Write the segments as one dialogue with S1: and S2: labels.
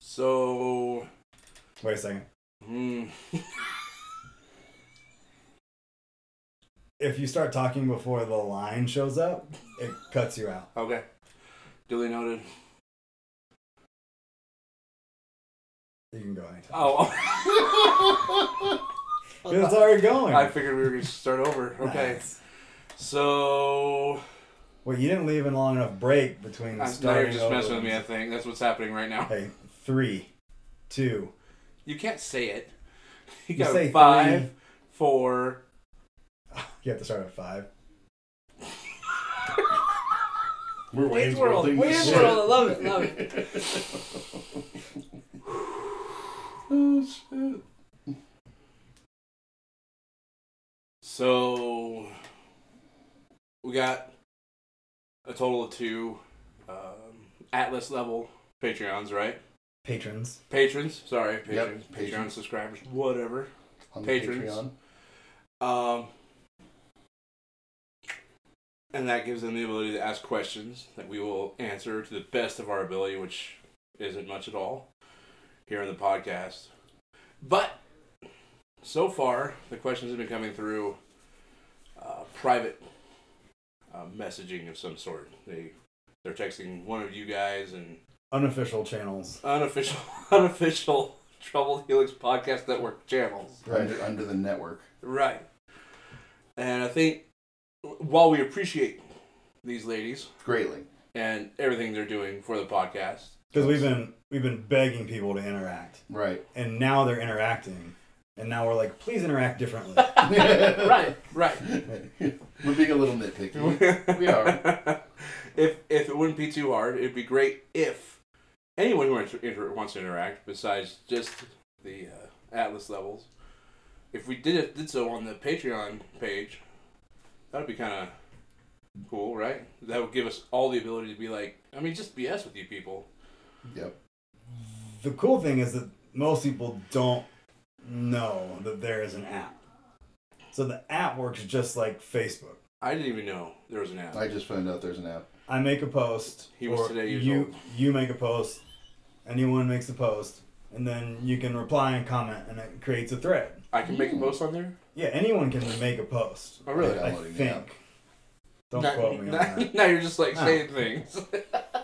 S1: So,
S2: Wait a second.
S1: hmm,
S2: If you start talking before the line shows up, it cuts you out.
S1: okay. Duly noted.
S2: You can go anytime.
S1: Oh.
S2: 'Cause It's already going.
S1: I figured we were going to start over. Okay.
S2: Nice.
S1: So,
S2: Well, you didn't leave a long enough break between
S1: I- Uh, now
S2: starting.
S1: you're just
S2: over
S1: messing with me, I
S2: and-
S1: think. That's what's happening right now.
S2: Hey, three, two.
S1: You can't say it. You,
S2: You
S1: got
S2: say
S1: five,
S2: three.
S1: four.
S2: You have to start at five.
S3: We're Wayne's
S1: World.
S3: Worlding this
S1: Wayne's
S3: shit.
S1: World.
S4: I love it, love it.
S3: Oh, shit.
S1: So we got a total of two um, Atlas level Patreons, right?
S2: Patrons.
S1: Patrons, sorry, patrons, Patreon
S3: patrons.
S1: subscribers, whatever.
S3: On the
S1: Patrons.
S3: Patreon.
S1: Um, and that gives them the ability to ask questions that we will answer to the best of our ability, which isn't much at all here in the podcast. But so far, the questions have been coming through uh, private uh, messaging of some sort. They they're texting one of you guys and
S2: Unofficial channels.
S1: unofficial unofficial Troubled Helix Podcast Network channels.
S3: Under, under the network.
S1: Right. And I think while we appreciate these ladies
S3: Greatly.
S1: and everything they're doing for the podcast,
S2: Because we've been we've been begging people to interact,
S3: Right.
S2: and now they're interacting, and now we're like, please interact differently.
S1: right, right.
S3: We're being a little nitpicky.
S1: we
S3: are.
S1: If if it wouldn't be too hard, it'd be great if anyone who wants to inter- wants to interact, besides just the uh, Atlas levels, if we did it did so on the Patreon page, that'd be kind of cool, right? That would give us all the ability to be like, I mean, just BS with you people.
S3: yep.
S2: the cool thing is that most people don't know that there is an app. So the app works just like Facebook.
S1: I didn't even know there was an app.
S3: I just found out there's an app.
S2: I make a post.
S1: He was
S2: or
S1: today years
S2: you
S1: old.
S2: you make a post. Anyone makes a post, and then you can reply and comment, and it creates a thread.
S1: I can make a post on there.
S2: Yeah, anyone can make a post.
S1: Oh, really?
S2: I
S3: Downloading the app.
S2: think. Don't
S1: Now-
S2: quote me on
S1: now-
S2: that.
S1: Now you're just like
S2: No.
S1: saying things.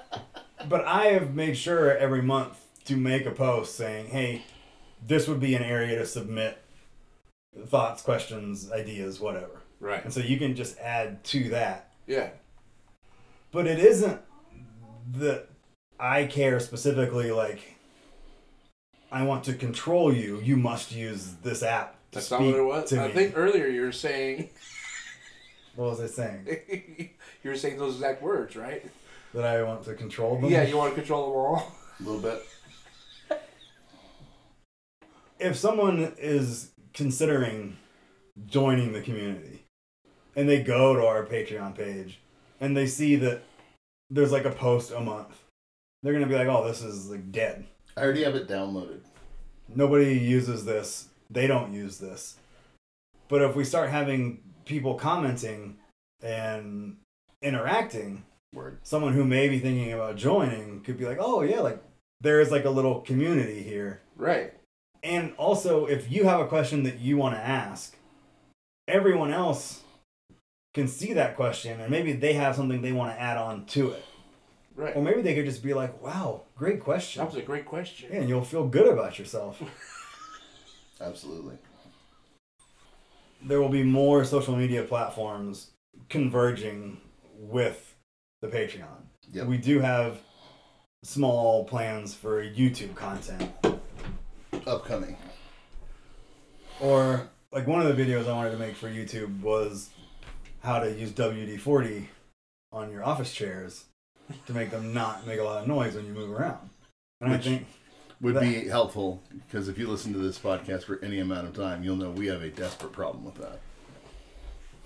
S2: But I have made sure every month to make a post saying, "Hey, this would be an area to submit thoughts, questions, ideas, whatever."
S1: Right.
S2: And so you can just add to that.
S1: Yeah.
S2: But it isn't that I care specifically, like, I want to control you. You must use this app. To
S1: That's
S2: speak
S1: not what it was.
S2: To
S1: I
S2: me.
S1: think earlier you were saying
S2: What was I saying?
S1: you were saying those exact words, right?
S2: That I want to control them?
S1: Yeah, you want to control them all.
S3: A little bit.
S2: if someone is considering joining the community and they go to our Patreon page and they see that there's like a post a month, they're gonna be like, "Oh, this is like dead.
S3: I already have it downloaded.
S2: Nobody uses this. They don't use this." But if we start having people commenting and interacting,
S3: Word.
S2: someone who may be thinking about joining could be like, "Oh yeah, like there is like a little community here."
S1: Right.
S2: And also, if you have a question that you want to ask, everyone else can see that question and maybe they have something they want to add on to it.
S1: Right.
S2: Or maybe they could just be like, wow, great question.
S1: That was a great question.
S2: Yeah, and you'll feel good about yourself.
S3: Absolutely.
S2: There will be more social media platforms converging with the Patreon.
S3: Yep.
S2: We do have small plans for YouTube content.
S3: Upcoming.
S2: Or like one of the videos I wanted to make for YouTube was how to use WD forty on your office chairs to make them not make a lot of noise when you move around. And I
S3: Which-
S2: think
S3: Would be helpful because if you listen to this podcast for any amount of time, you'll know we have a desperate problem with that.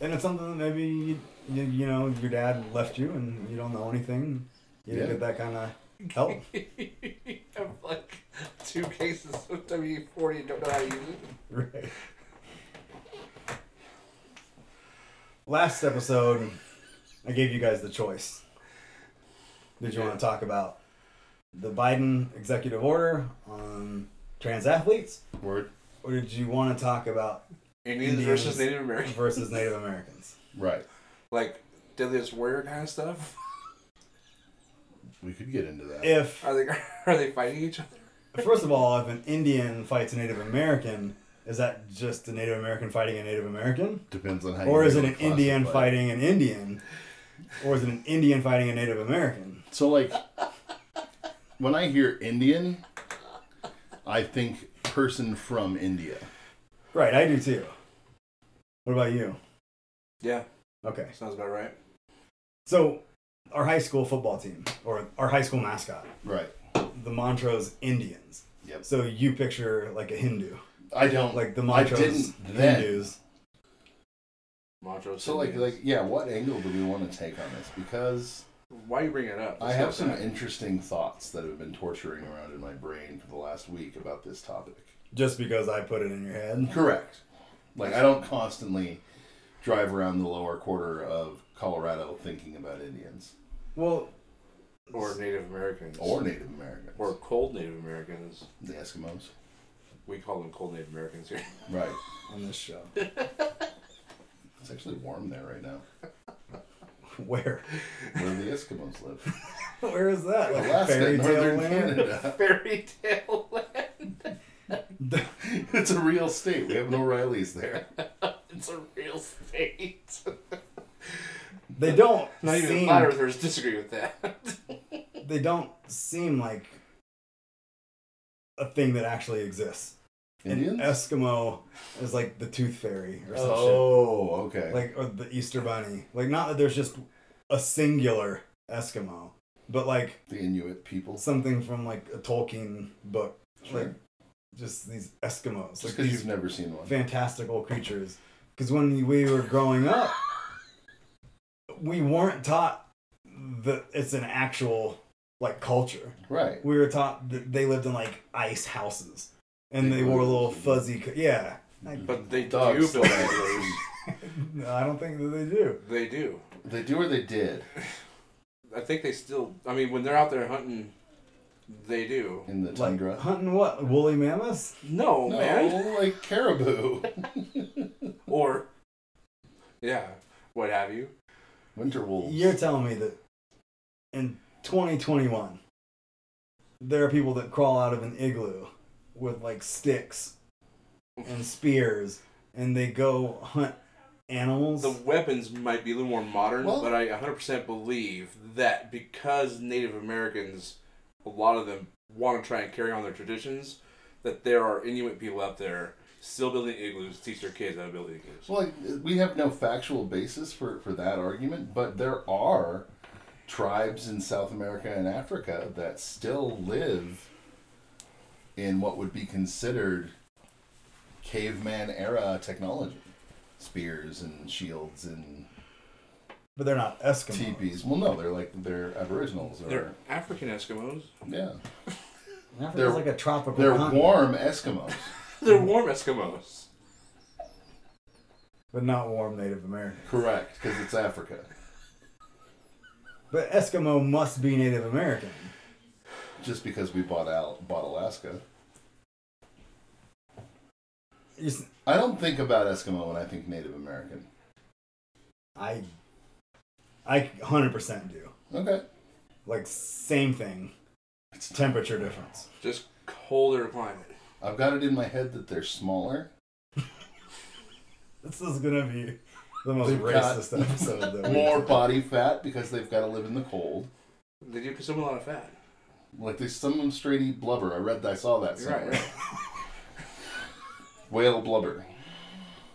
S2: and it's something that maybe you, you, you know your dad left you and you don't know anything. You didn't
S3: Yeah.
S2: get that kind of help.
S1: I have like two cases of WD forty and don't know how to use it.
S2: right. Last episode, I gave you guys the choice. Did you want to talk about the Biden executive order on trans athletes,
S3: Word.
S2: or did you want to talk about
S1: Indians
S2: Indians.
S1: versus Native Americans,
S2: versus Native Americans?
S3: Right.
S1: like deadliest warrior kind of stuff.
S3: We could get into that.
S2: If
S1: Are they are they fighting each other?
S2: First of all, if an Indian fights a Native American, is that just a Native American fighting a Native American?
S3: Depends on how.
S2: Or
S3: you
S2: is it
S3: really
S2: an Indian
S3: classify
S2: fighting an Indian? Or is it an Indian fighting a Native American?
S3: So like, when I hear Indian, I think person from India.
S2: Right, I do too. What about you?
S1: Yeah,
S2: Okay.
S1: sounds about right.
S2: So, our high school football team, or our high school mascot,
S3: Right.
S2: the Montrose Indians.
S3: Yep.
S2: So, you picture like a Hindu,
S3: I don't
S2: like the
S3: I
S2: Montrose
S3: didn't then.
S2: Hindus.
S1: Montrose.
S3: So like
S1: Indians.
S3: like yeah, what angle do we want to take on this? Because
S1: why you bring it up?
S3: I have
S1: Let's go
S3: some
S1: back.
S3: interesting thoughts that have been torturing around in my brain for the last week about this topic.
S2: Just because I put it in your head.
S3: Correct. Like I don't constantly drive around the lower quarter of Colorado thinking about Indians
S2: Well,
S1: or Native Americans
S3: or Native Americans
S1: or cold Native Americans.
S3: the Eskimos.
S1: We call them cold Native Americans here.
S3: Right.
S2: on this show.
S3: It's actually warm there right now.
S2: Where?
S3: Where the Eskimos live.
S2: Where is that? Like
S3: Alaska,
S2: fairy tale
S3: northern
S2: land?
S3: Canada.
S1: Fairy tale land.
S3: It's a real state. We have no O'Reillys there.
S1: It's a real state.
S2: They don't
S1: Not even
S2: seem.
S1: flat earthers disagree with that.
S2: They don't seem like a thing that actually exists.
S3: Indians?
S2: An Eskimo is like the tooth fairy or some
S3: oh, okay.
S2: shit, like or the Easter bunny. Like not that there's just a singular Eskimo, but like
S3: the Inuit people.
S2: something from like a Tolkien book,
S3: Sure.
S2: like just these Eskimos,
S3: Just
S2: like
S3: because
S2: these
S3: you've never seen one.
S2: fantastical creatures. Because when we were growing up, we weren't taught that it's an actual like culture.
S3: Right.
S2: We were taught that they lived in like ice houses and
S3: Big
S2: they wore
S3: ones.
S2: little fuzzy. Co- yeah,
S1: But they
S3: Dogs
S1: do
S3: still
S1: build
S3: have
S1: igloos.
S2: no, I don't think that they do.
S1: They do.
S3: They do or they did
S1: I think they still. I mean, when they're out there hunting, they do.
S3: in the
S2: Like
S3: tundra.
S2: hunting what woolly mammoths?
S1: No,
S3: no,
S1: Oh, man.
S3: like caribou.
S1: Or, yeah, what have you?
S3: Winter wolves.
S2: You're telling me that in 2021 there are people that crawl out of an igloo with like sticks and spears and they go hunt animals.
S1: The weapons might be a little more modern,
S3: Well-
S1: but I 100% believe that because Native Americans, a lot of them want to try and carry on their traditions, that there are Inuit people out there still building igloos, to teach their kids how to build igloos.
S3: Well, like, we have no factual basis for, for that argument, but there are tribes in South America and Africa that still live in what would be considered caveman era technology spears and shields and
S2: but they're not Eskimos.
S3: teepees. Well, no, they're like they're aboriginals or
S1: They're African Eskimos.
S3: yeah,
S2: Oh, Africa's
S3: They're-
S2: like a tropical
S3: they're
S2: continent,
S3: warm Eskimos.
S1: They're warm Eskimos.
S2: but not warm Native American.
S3: Correct, because it's Africa.
S2: But Eskimo must be Native American.
S3: Just because we bought out bought Alaska,
S2: You s-
S3: I don't think about Eskimo when I think Native American.
S2: I I 100% do.
S3: Okay,
S2: Like same thing. It's temperature difference.
S1: Just colder climate.
S3: I've got it in my head that they're smaller.
S2: This is gonna be the most
S3: They've got
S2: racist episode that we
S3: More body fat because they've got to live in the cold.
S1: They do consume a lot of fat.
S3: Like they some of them straight eat blubber. I read, I saw that
S1: You're right,
S3: somewhere. Whale blubber,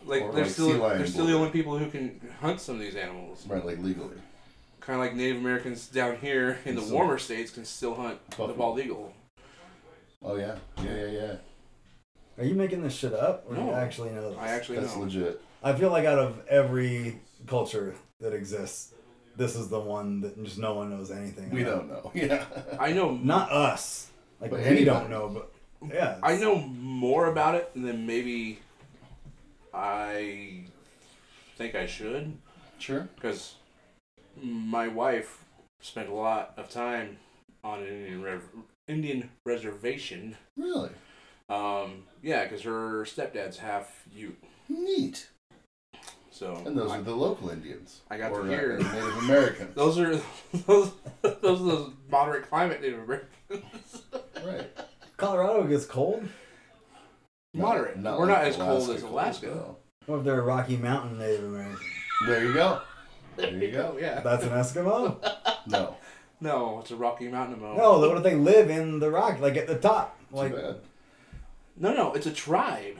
S1: Like
S3: Or
S1: they're
S3: like
S1: still
S3: sea lion
S1: they're still the
S3: blubber.
S1: only people who can hunt some of these animals.
S3: right? Like legally.
S1: Kind of like Native Americans down here in the
S3: Still-
S1: warmer states can still hunt the
S3: Buffalo.
S1: bald eagle.
S3: Oh yeah, yeah, yeah, yeah.
S2: Are you making this shit up, or do you
S1: No.
S2: actually know this?
S1: I actually
S3: That's
S1: know.
S3: legit.
S2: I feel like out of every culture that exists, this is the one that just no one knows anything.
S3: We
S2: about.
S3: don't know. Yeah.
S1: I know
S2: Not us. Like
S3: But
S2: we
S3: anybody.
S2: don't know, but yeah.
S1: I know more about it than maybe I think I should
S3: Sure.
S1: because my wife spent a lot of time on an Indian, rev- Indian reservation.
S3: Really?
S1: Um, yeah, because her stepdad's half Ute.
S3: Neat.
S1: So
S3: And those
S1: I,
S3: are the local Indians.
S1: I got
S3: or,
S1: to
S3: uh,
S1: hear.
S3: Native Americans.
S1: Those are those those are those moderate climate Native Americans.
S3: right.
S2: Colorado gets cold.
S1: Moderate. We're not as cold as Alaska.
S2: What if they're a Rocky Mountain Native American?
S3: though. There you go. There you go.
S1: Yeah.
S2: That's an Eskimo.
S3: No.
S1: No, it's a Rocky Mountain Eskimo.
S2: No, what if they live in the rock, like at the top? Like
S3: Too bad.
S1: no, no, it's a tribe.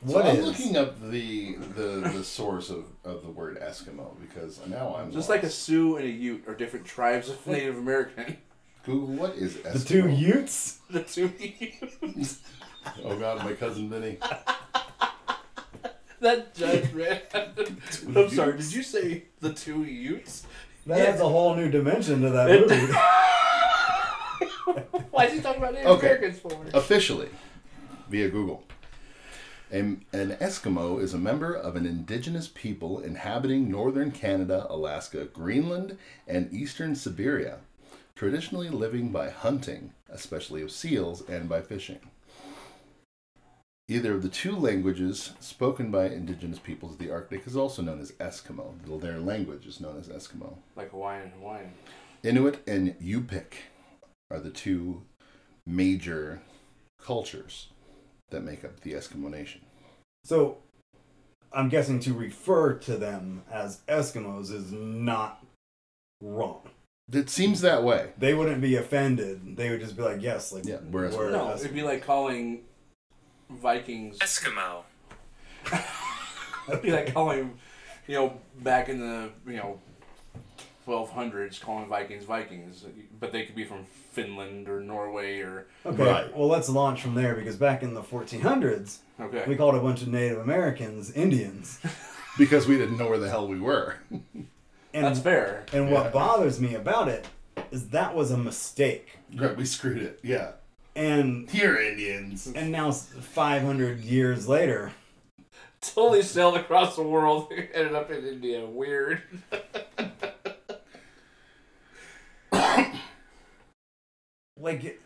S2: what
S3: so
S2: is?
S3: I'm looking up the the, the source of, of the word Eskimo because now I'm
S1: Just
S3: lost.
S1: like a Sioux and a Ute are different tribes of Native American.
S3: Google what is Eskimo?
S2: the two Utes.
S1: The two Utes.
S3: Oh god, my cousin Vinny.
S1: That judge man. I'm sorry. Did you say the two Utes?
S2: That
S1: Yeah.
S2: adds a whole new dimension to that
S1: It-
S2: movie.
S1: Why is he talking about Native
S3: Okay.
S1: Americans for?
S3: Officially, via Google. An, an Eskimo is a member of an indigenous people inhabiting northern Canada, Alaska, Greenland, and eastern Siberia, traditionally living by hunting, especially of seals, and by fishing. Either of the two languages spoken by indigenous peoples of the Arctic is also known as Eskimo, though their language is known as Eskimo.
S1: Like Hawaiian, Hawaiian.
S3: Inuit and Yupik are the two major cultures that make up the Eskimo Nation.
S2: So, I'm guessing to refer to them as Eskimos is not wrong.
S3: It seems that way.
S2: They wouldn't be offended. They would just be like, yes, like
S3: Yeah, we're Eskimos.
S2: we're
S1: No,
S2: Eskimos.
S1: it'd be like calling Vikings.
S4: Eskimo.
S1: It'd be like calling, you know, back in the you know, 1200s, calling Vikings Vikings, but they could be from Finland or Norway or
S2: Okay,
S3: Right.
S2: well, let's launch from there because back in the 1400s,
S1: okay.
S2: we called a bunch of Native Americans Indians.
S3: Because we didn't know where the hell we were.
S2: And,
S1: That's fair.
S2: and
S3: Yeah.
S2: what bothers me about it is that was a mistake.
S3: Right, we screwed it. Yeah.
S2: And
S3: Here, Indians.
S2: and now, s- 500 years later,
S1: Totally sailed across the world, ended up in India. Weird.
S2: like, it-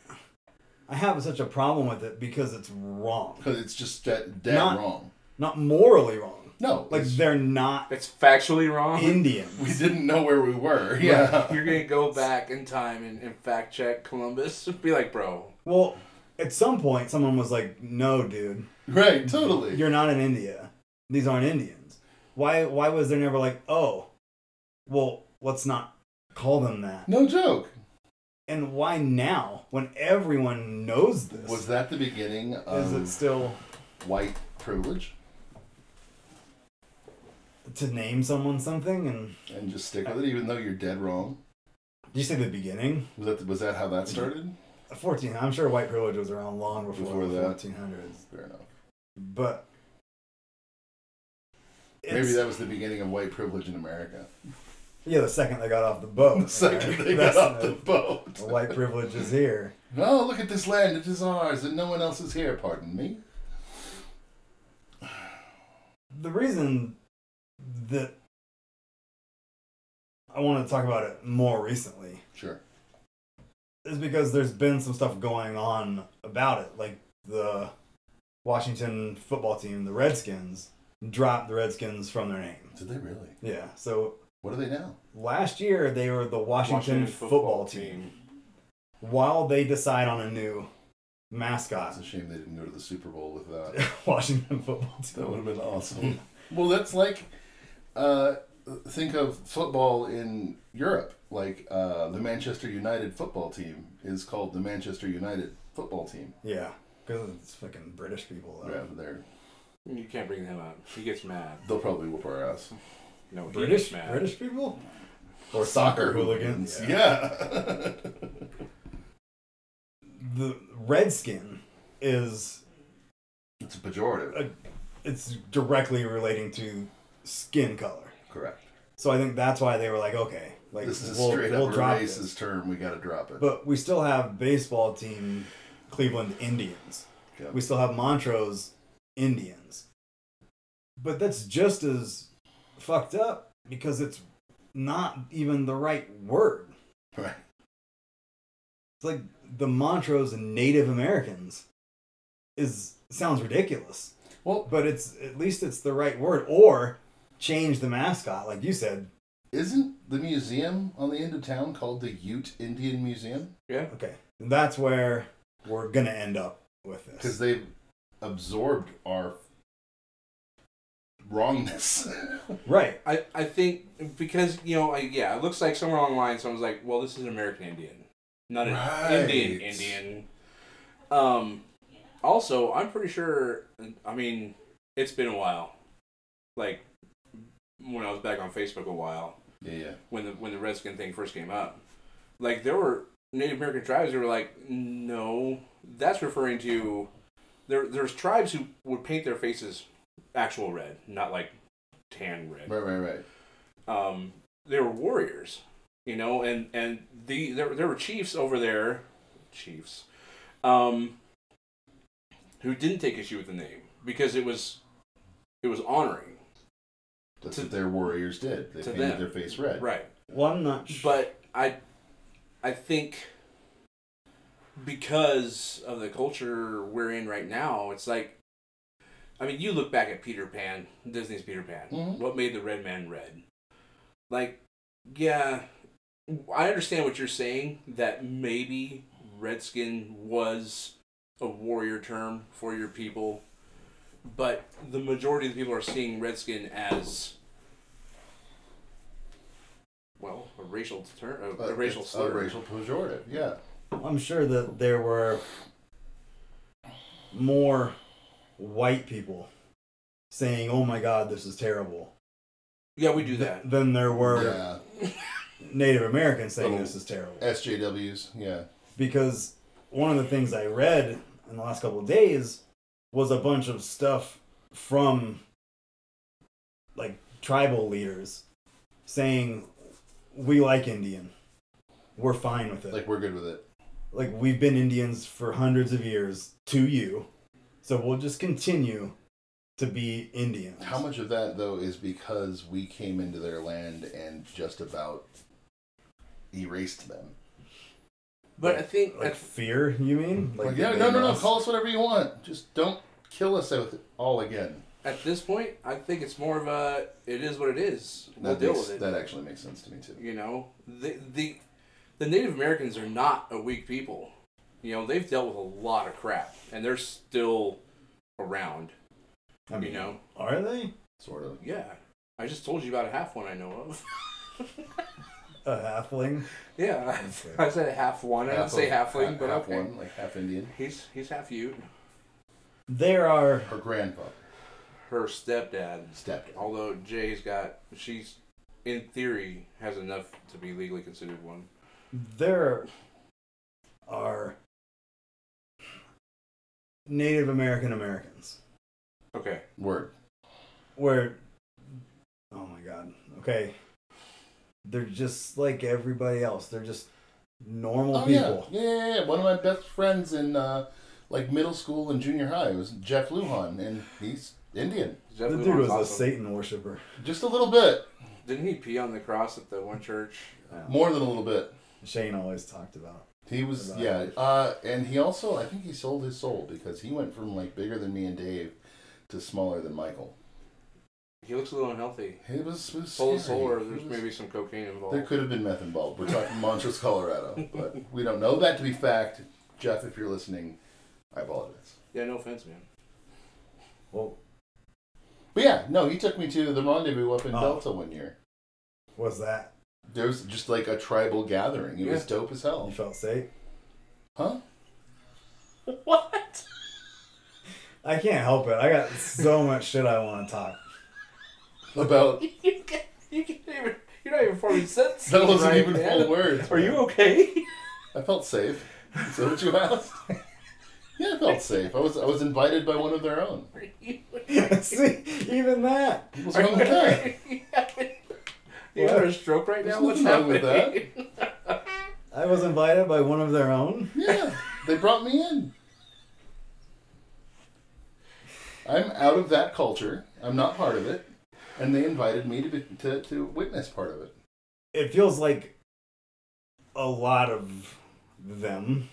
S2: I have such a problem with it because it's wrong.
S3: Because it's just that dead
S2: Not-
S3: wrong.
S2: Not morally wrong.
S3: No.
S2: Like,
S3: it's-
S2: they're not
S1: It's factually wrong.
S2: Indian.
S3: Uh-huh. we didn't know where we were. Yeah.
S1: You're gonna go back in time and, and fact check Columbus. Be like, bro,
S2: Well, at some point, someone was like, no, dude.
S3: Right, totally.
S2: you're not in India. These aren't Indians. Why why was there never like, oh, well, let's not call them that?
S3: no joke.
S2: And why now when everyone knows this?
S3: Was um, that the beginning
S2: is it
S3: of
S2: still
S3: white privilege?
S2: to name someone something and
S3: And just stick with it, even though you're dead wrong?
S2: did you say the beginning?
S3: Was that, was that how that started?
S2: Fourteen I'm sure white privilege was around long before,
S3: Before
S2: the
S3: that.
S2: fourteen hundreds.
S3: Fair enough.
S2: But
S3: Maybe
S2: it's-
S3: that was the beginning of white privilege in America.
S2: Yeah, the second they got off the boat.
S3: The second they got
S2: That's
S3: off
S2: the-
S3: the boat.
S2: the white privilege is here.
S3: Oh, look at this land. It is ours, and no one else is here. Pardon me.
S2: the reason that I want to talk about it more recently
S3: Sure.
S2: is because there's been some stuff going on about it. Like the Washington football team, the Redskins, dropped the Redskins from their name.
S3: Did they really?
S2: Yeah. So
S3: What are they now?
S2: last year they were the Washington, football, team. While they decide on a new
S3: It's
S2: mascot,
S3: a shame they didn't go to the Super Bowl with uh, that.
S2: Washington football
S3: That
S2: team.
S3: would have been awesome. well, that's like, uh, think of football in Europe. Like uh, the Manchester United football team is called the Manchester United football team.
S2: Yeah, because it's fucking British people. Though.
S3: Yeah, they're,
S1: You can't bring him up. He gets mad.
S3: they'll probably whoop our ass.
S1: No, he
S2: British
S1: gets mad.
S2: British people
S3: Or
S2: soccer hooligans.
S3: Yeah.
S2: the redskin is
S3: it's pejorative.
S2: it's directly relating to skin color.
S3: Correct.
S2: So I think that's why they were like, okay, like
S3: This is
S2: we'll,
S3: straight
S2: we'll
S3: up a
S2: drop
S3: racist
S2: this.
S3: term. We got to drop it.
S2: But we still have baseball team Cleveland Indians.
S3: Yeah.
S2: We still have Montrose Indians. But that's just as fucked up because it's not even the right word.
S3: Right.
S2: It's like the Montrose and Native Americans is sounds ridiculous,
S3: Well,
S2: but it's at least it's the right word. Or change the mascot, like you said.
S3: isn't the museum on the end of town called the Ute Indian Museum?
S2: Okay, and that's where we're gonna end up with
S3: Because
S2: this.
S3: they've absorbed our wrongness.
S2: Right.
S1: I, I think because you know I, yeah it looks like somewhere online someone's like well this is an American Indian not an
S3: Right.
S1: Indian Indian um also I'm pretty sure I mean it's been a while like when I was back on Facebook a while
S3: yeah, yeah.
S1: when the when the redskin thing first came up like there were Native American tribes who were like no that's referring to there there's tribes who would paint their faces actual red not like tan red
S3: Right, right, right.
S1: um, they were warriors, you know, and and the there, there were chiefs over there, chiefs, um, who didn't take issue with the name because it was it was honoring,
S3: That's
S1: To-
S3: what their warriors did. They
S1: to
S3: painted
S1: them.
S3: their face red.
S1: right?
S2: Well, I'm not. Sh-
S1: But I I think because of the culture we're in right now, it's like. I mean, you look back at Peter Pan, Disney's Peter Pan.
S3: Mhm.
S1: What made the red man red? Like, yeah, I understand what you're saying that maybe redskin was a warrior term for your people, but the majority of the people are seeing redskin as well a racial term, a,
S3: Uh,
S1: a racial
S3: it's
S1: slur.
S3: A racial pejorative, yeah.
S2: I'm sure that there were more white people saying, "Oh my God, this is terrible."
S1: Yeah, we do that.
S2: Than there were
S3: Yeah.
S2: Native Americans
S1: Oh.
S2: saying
S3: Little-
S2: this is terrible.
S3: SJWs, yeah.
S2: because one of the things I read in the last couple of days was a bunch of stuff from like tribal leaders saying we like Indian. We're fine with it. Like,
S3: Like, we're good with it.
S2: we've been Indians for hundreds of years to you. So we'll just continue to be Indians.
S3: How much of that, though, is because we came into their land and just about erased them?
S1: But I think
S2: like fear, you mean?
S3: Like,
S2: that
S3: yeah,
S2: they
S3: no, no, no.
S2: lost-
S3: Call us whatever you want. Just don't kill us with it all again.
S1: at, at this point, I think it's more of a it is what it is. We'll
S3: That,
S1: deal
S3: makes,
S1: with it.
S3: that actually makes sense to me too.
S1: You know, the the the Native Americans are not a weak people. You know, they've dealt with a lot of crap, and they're still around.
S2: I mean,
S1: you know,
S2: are they?
S3: Sort of.
S1: yeah. I just told you about a half one I know of.
S2: A halfling?
S1: yeah, I said a half one. I didn't say
S3: half-
S1: halfling, but
S3: half
S1: okay.
S3: one, like half Indian.
S1: He's he's half Ute.
S2: There are
S3: Her grandpa,
S1: Her stepdad,
S3: stepdad.
S1: although Jay's got, she's in theory has enough to be legally considered one.
S2: there are Native American Americans
S1: Okay,
S3: Word.
S2: where, oh my God, okay, they're just like everybody else. They're just normal
S3: Oh yeah.
S2: people.
S3: yeah, yeah, yeah. One of my best friends in uh, like middle school and junior high was Jeff Lujan, and he's Indian,
S1: Jeff
S2: The dude
S1: Lujan's
S2: was a
S1: awesome.
S2: Satan worshiper.
S3: just a little bit,
S1: Didn't he pee on the cross at the one church?
S3: more than a little bit.
S2: Shane always talked about.
S3: He was
S2: About-
S3: yeah, uh, and he also I think he sold his soul because he went from like bigger than me and Dave to smaller than Michael.
S1: He looks a little unhealthy.
S3: It was, it was
S1: Soul
S3: scary.
S1: Solar,
S3: It
S1: there's
S3: was-
S1: maybe some cocaine involved.
S3: There could have been meth involved. We're talking Montrose, Colorado, but we don't know that to be fact. Jeff, if you're listening, I apologize.
S1: Yeah, no offense, man.
S2: Well,
S3: But yeah, no, he took me to the rendezvous up in
S2: Oh.
S3: Delta one year.
S2: was that
S3: There was just like a tribal gathering. It was
S1: Yeah.
S3: dope as hell.
S2: you felt safe?
S3: Huh?
S1: What?
S2: I can't help it. I got so much shit I want to talk.
S3: About
S1: You can't, you can't even, you're not even forming sentences.
S3: that wasn't
S1: right,
S3: even
S1: man.
S3: full words.
S1: Are you
S3: man.
S1: okay?
S3: I felt safe. Is that what you asked? yeah, I felt safe. I was I was invited by one of their own.
S1: Are you
S2: See, even that.
S3: What's
S1: Are
S3: wrong with that?
S1: you You having a stroke right
S3: There's
S1: now? What's
S3: nothing wrong
S1: happening?
S3: with
S2: I was invited by one of their own.
S3: Yeah, they brought me in. I'm out of that culture. I'm not part of it, and they invited me to be, to, to witness part of it.
S2: it feels like a lot of them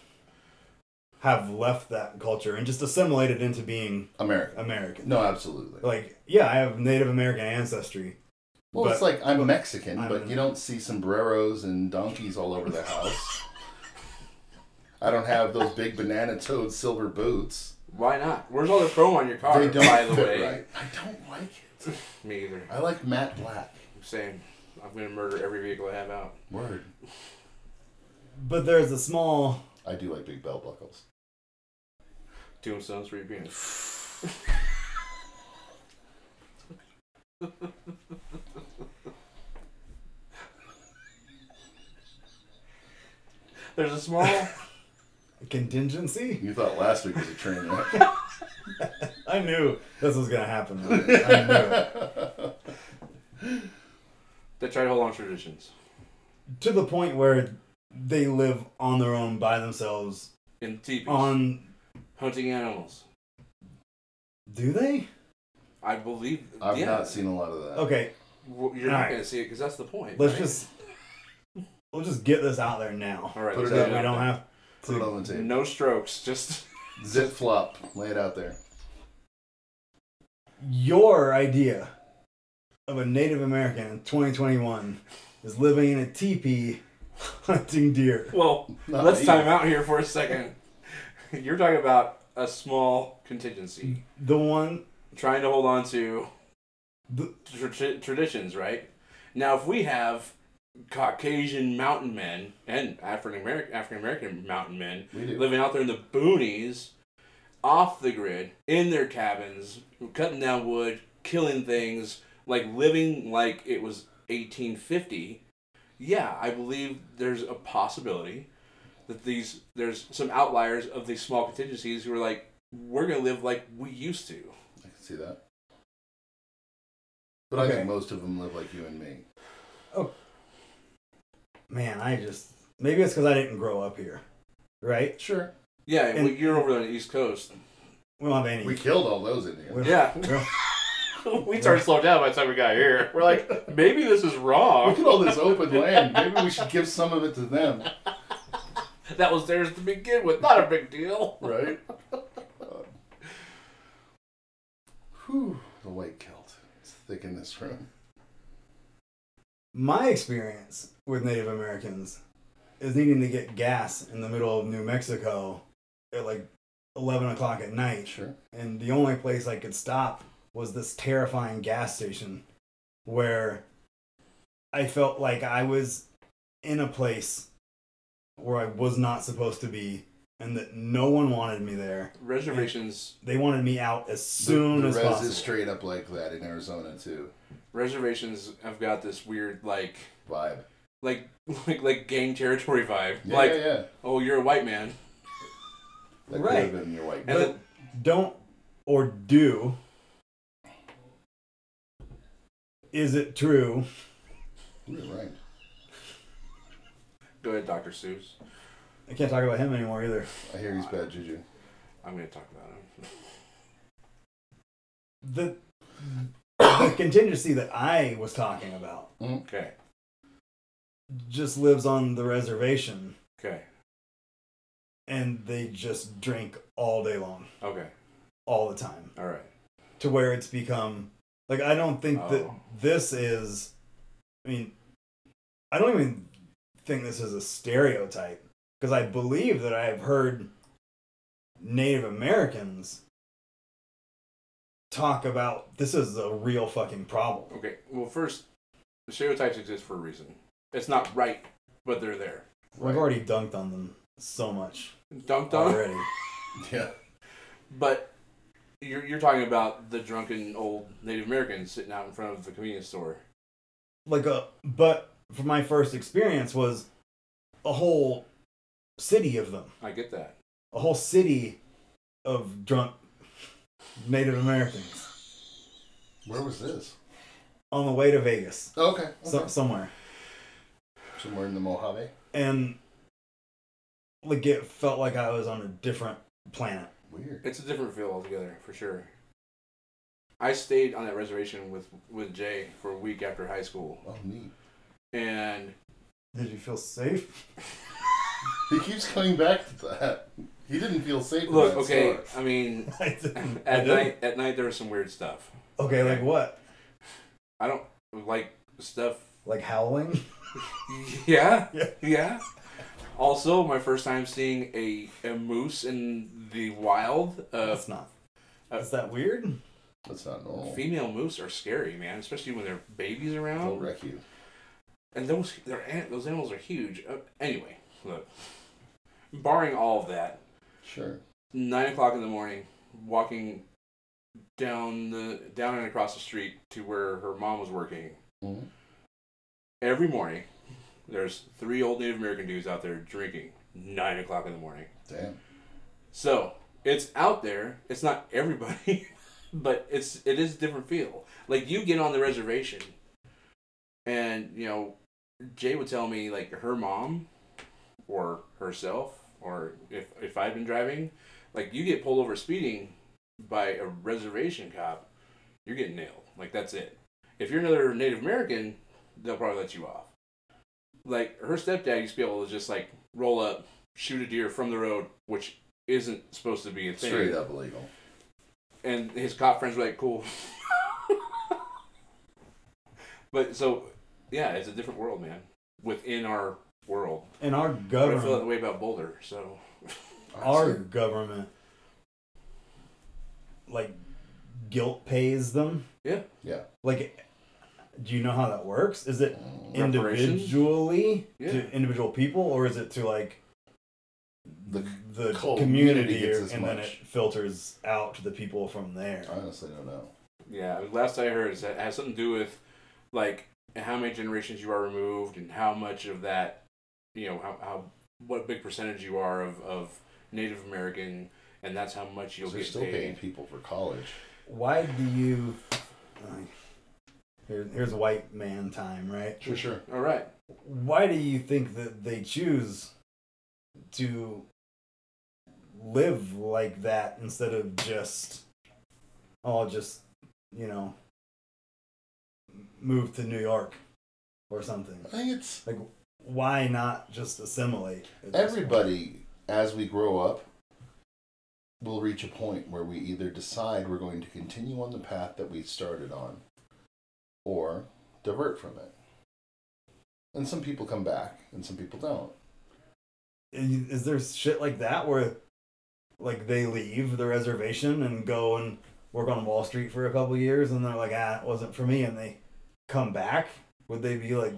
S2: have left that culture and just assimilated into being
S3: American.
S2: American.
S3: No, absolutely.
S2: Like, yeah, I have Native American ancestry.
S3: Well, it's
S2: But-
S3: like I'm Mexican,
S2: I'm-
S3: but you don't see sombreros and donkeys all over the house. I don't have those big banana toed silver boots.
S1: Why not? Where's all the chrome on your car?
S3: They don't
S1: by the
S3: fit
S1: way,
S3: right. I don't like it.
S1: me either.
S3: I like matte black.
S1: I'm saying I'm gonna murder every vehicle I have out.
S3: Word.
S2: But there's a small
S3: I do like big bell buckles.
S1: Tombstones for your penis. There's a small.
S2: contingency.
S3: You thought last week was a train wreck.
S2: I knew this was gonna happen. I knew it.
S1: that try to hold on to traditions
S2: To the point where they live on their own by themselves.
S1: in teepees,
S2: On
S1: hunting animals.
S2: do they?
S1: I believe.
S3: I've
S1: yeah.
S3: not seen a lot of that.
S2: Okay,
S1: Well, you're not
S2: Alright.
S1: gonna see it because that's the point.
S2: let's
S1: right?
S2: just we'll just get this out there now.
S1: All right.
S3: put
S1: let's
S3: it
S2: so
S1: have
S2: that we
S1: out
S2: don't
S1: there.
S2: have
S3: Put it on the tape.
S1: no strokes. Just
S3: Zip flop. Lay it out there.
S2: your idea of a Native American in 2021 is living in a teepee hunting deer.
S1: well.
S3: Not
S1: Let's
S3: me.
S1: time out here for a second. You're talking about a small contingency
S2: The one,
S1: trying to hold on to
S2: the,
S1: tra- traditions, right? Now, if we have Caucasian mountain men and African American African American mountain men
S3: We do.
S1: living out there in the boonies, off the grid, in their cabins, cutting down wood, killing things, like living like it was 1850. Yeah, I believe there's a possibility that these there's some outliers of these small contingencies who are like, we're gonna live like we used to.
S3: I can see that. But I
S2: Okay.
S3: think most of them live like you and me.
S2: man, I just maybe it's because I didn't grow up here, right?
S3: Sure.
S1: Yeah,
S2: And-
S1: well, you're over on the East Coast.
S2: We don't have any.
S3: We killed all those Indians.
S2: We-
S1: Yeah,
S2: we-
S1: we started slowing down by the time we got here. We're like, maybe this is wrong.
S3: Look at all this open land. Maybe we should give some of it to them,
S1: That was theirs to begin with. Not a big deal.
S3: right? Whew, the white kilt. It's thick in this room.
S2: My experience with Native Americans is needing to get gas in the middle of New Mexico at like 11 o'clock at night.
S3: Sure.
S2: and the only place I could stop was this terrifying gas station where I felt like I was in a place where I was not supposed to be and that no one wanted me there.
S1: Reservations
S2: They wanted me out as soon
S3: the, the
S2: as
S3: res
S2: possible.
S3: is straight up like that in Arizona too.
S1: reservations have got this weird like
S3: Vibe.
S1: like like like gang territory vibe.
S3: Yeah,
S1: like,
S3: yeah, yeah.
S1: oh, you're a white man.
S3: That
S2: Right.
S3: could have been your white.
S1: And
S2: But-
S1: then-
S2: Don't or do. Is it true?
S3: You're right.
S1: go ahead, Dr. Seuss.
S2: I can't talk about him anymore either.
S3: I hear he's bad juju.
S1: I'm gonna talk about him.
S2: The,
S3: Mm-hmm.
S2: the contingency that I was talking about
S1: Okay,
S2: just lives on the reservation
S1: okay,
S2: and they just drink all day long,
S1: okay.
S2: all the time,
S1: All right.
S2: to where it's become like I don't think that
S1: Oh.
S2: this is. I mean, I don't even think this is a stereotype because I believe that I have heard Native Americans talk about this is a real fucking problem.
S1: Okay. Well, first, the stereotypes exist for a reason. It's not right, but they're there.
S2: I've already dunked on them so much
S1: Dunked on.
S2: already.
S3: Yeah.
S1: But you're you're talking about the drunken old Native Americans sitting out in front of the convenience store.
S2: like a but for my first experience was a whole city of them
S1: I get that.
S2: a whole city of drunk native americans
S3: Where was this? Oh,
S2: on the way to vegas
S3: Okay. okay.
S2: so, somewhere
S3: Somewhere in the Mojave.
S2: and like it felt like i was on a different planet
S3: Weird.
S1: It's a different feel altogether, for sure. I stayed on that reservation with with Jay for a week after high school,
S3: Oh, neat.
S1: and
S2: did you feel safe
S3: He keeps coming back to that. He didn't feel safe. in
S1: Look,
S3: that
S1: okay,
S3: store.
S1: I mean,
S2: I didn't. I
S1: at
S2: didn't.
S1: night, at night there was some weird stuff.
S2: Okay, like what?
S1: I don't like stuff.
S2: Like howling?
S1: Yeah,
S2: Yeah.
S1: yeah. Also, my first time seeing a, a moose in the wild. Uh,
S2: That's not. Is that weird?
S3: That's not normal.
S1: female moose are scary, man, especially when they're babies
S3: They'll
S1: around.
S3: wreck you.
S1: And those their an- those animals are huge. Uh, anyway, look. Barring all of that,
S3: Sure.
S1: nine o'clock in the morning, walking down the down and across the street to where her mom was working.
S3: Mhm.
S1: Every morning, there's three old Native American dudes out there drinking nine o'clock in the morning.
S3: Damn.
S1: So it's out there. It's not everybody, but it's it is a different feel. Like you get on the reservation, and you know, Jay would tell me like her mom, or herself, or if if I've been driving, like you get pulled over speeding by a reservation cop, you're getting nailed. Like that's it. If you're another Native American, they'll probably let you off. Like her stepdad used to be able to just like roll up, shoot a deer from the road, which isn't supposed to be a thing.
S3: Straight up illegal.
S1: And his cop friends were like, cool. but so, yeah, it's a different world, man. Within our world.
S2: And our
S1: I feel that
S2: government,
S1: way about Boulder, so.
S2: our
S3: Honestly,
S2: government, like, guilt pays them.
S1: Yeah.
S3: Yeah.
S2: Like, do you know how that works? Is it
S3: mm,
S1: Reparations?
S2: individually
S1: Yeah.
S2: to individual people, or is it to like
S3: The
S2: the
S3: community
S2: community,
S3: gets as
S2: and then
S3: much. Uh,
S2: it filters out to the people from there?
S3: I honestly don't know.
S1: Yeah, last I heard, is that it has something to do with, like, how many generations you are removed and how much of that, you know, how, how what big percentage you are of, of Native American, and that's how much you'll
S3: They're
S1: get
S3: still
S1: paid.
S3: paying people for college.
S2: Why do you? Here, here's white man time, right?
S3: Sure, sure.
S1: All right.
S2: why do you think that they choose to live like that instead of just oh just you know move to new york or something
S3: I think it's
S2: why not just assimilate at this
S3: everybody as we grow up will reach a point where we either decide we're going to continue on the path that we started on or divert from it and some people come back and some people don't
S2: point? is there shit like that where like they leave the reservation and go and work on wall street for a couple years and they're like ah it wasn't for me and they come back would they be like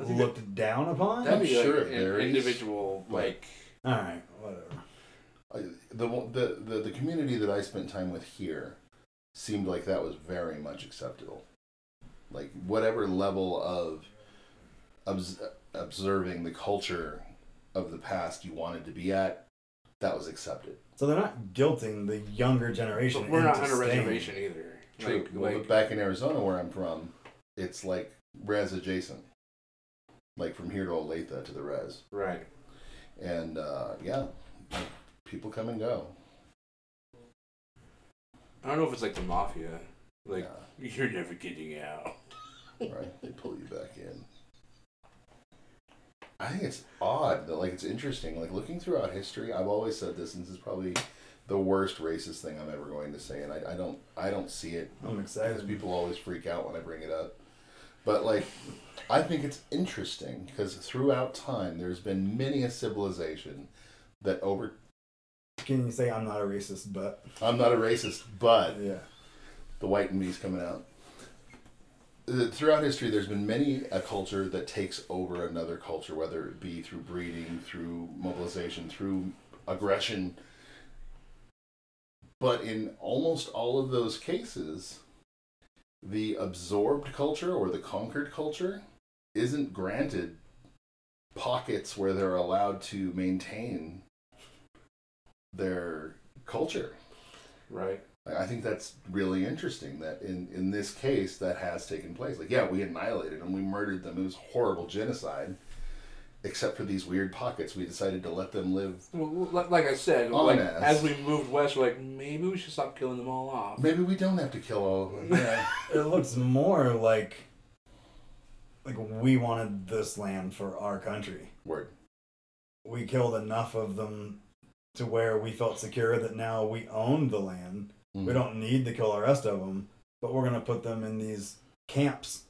S1: I think that-
S2: looked down upon?
S1: That'd
S3: I'm
S1: be like
S3: sure it
S1: an
S3: varies.
S1: individual,
S3: Like-
S1: like
S2: All right, whatever.
S3: I, the, one- the, the, the community that i spent time with here seemed like that was very much acceptable like whatever level of obs- observing the culture of the past you wanted to be at that was accepted
S2: So they're not guilting the younger generation.
S1: But we're not on
S2: into
S1: a
S2: staying.
S1: reservation either.
S3: True.
S1: Like,
S3: well,
S1: like
S3: but back in Arizona, where I'm from, it's like res adjacent, like from here to Olathe to the res,
S1: right.
S3: and uh, yeah, people come and go.
S1: I don't know if it's like the mafia. Like
S3: Yeah,
S1: you're never getting out.
S3: right, they pull you back in. I think it's odd that like it's interesting. Like looking throughout history, I've always said this, and this is probably the worst racist thing I'm ever going to say, and I, I don't I don't see it
S2: I'm
S3: because
S2: excited.
S3: people always freak out when I bring it up. But like, I think it's interesting because throughout time, there's been many a civilization that over.
S2: Can you say I'm not a racist? But
S3: I'm not a racist, but
S2: yeah,
S3: the white in me's coming out. Uh, Throughout history, there's been many a culture that takes over another culture, whether it be through breeding, through mobilization, through aggression. But in almost all of those cases, the absorbed culture or the conquered culture isn't granted pockets where they're allowed to maintain their culture.
S1: Right.
S3: Like, I think that's really interesting that in, in this case that has taken place. Like, yeah, we annihilated them, we murdered them. It was horrible genocide. Except for these weird pockets, we decided to let them live.
S1: Well, li- like I said,
S3: On
S1: like,
S3: us.
S1: as we moved west, we're like maybe we should stop killing them all off.
S3: Maybe we don't have to kill all of them. Yeah.
S2: it looks more like like we wanted this land for our country.
S3: Word.
S2: we killed enough of them to where we felt secure that now we own the land. We
S3: Mm-hmm.
S2: don't need to kill the rest of them, but we're gonna put them in these camps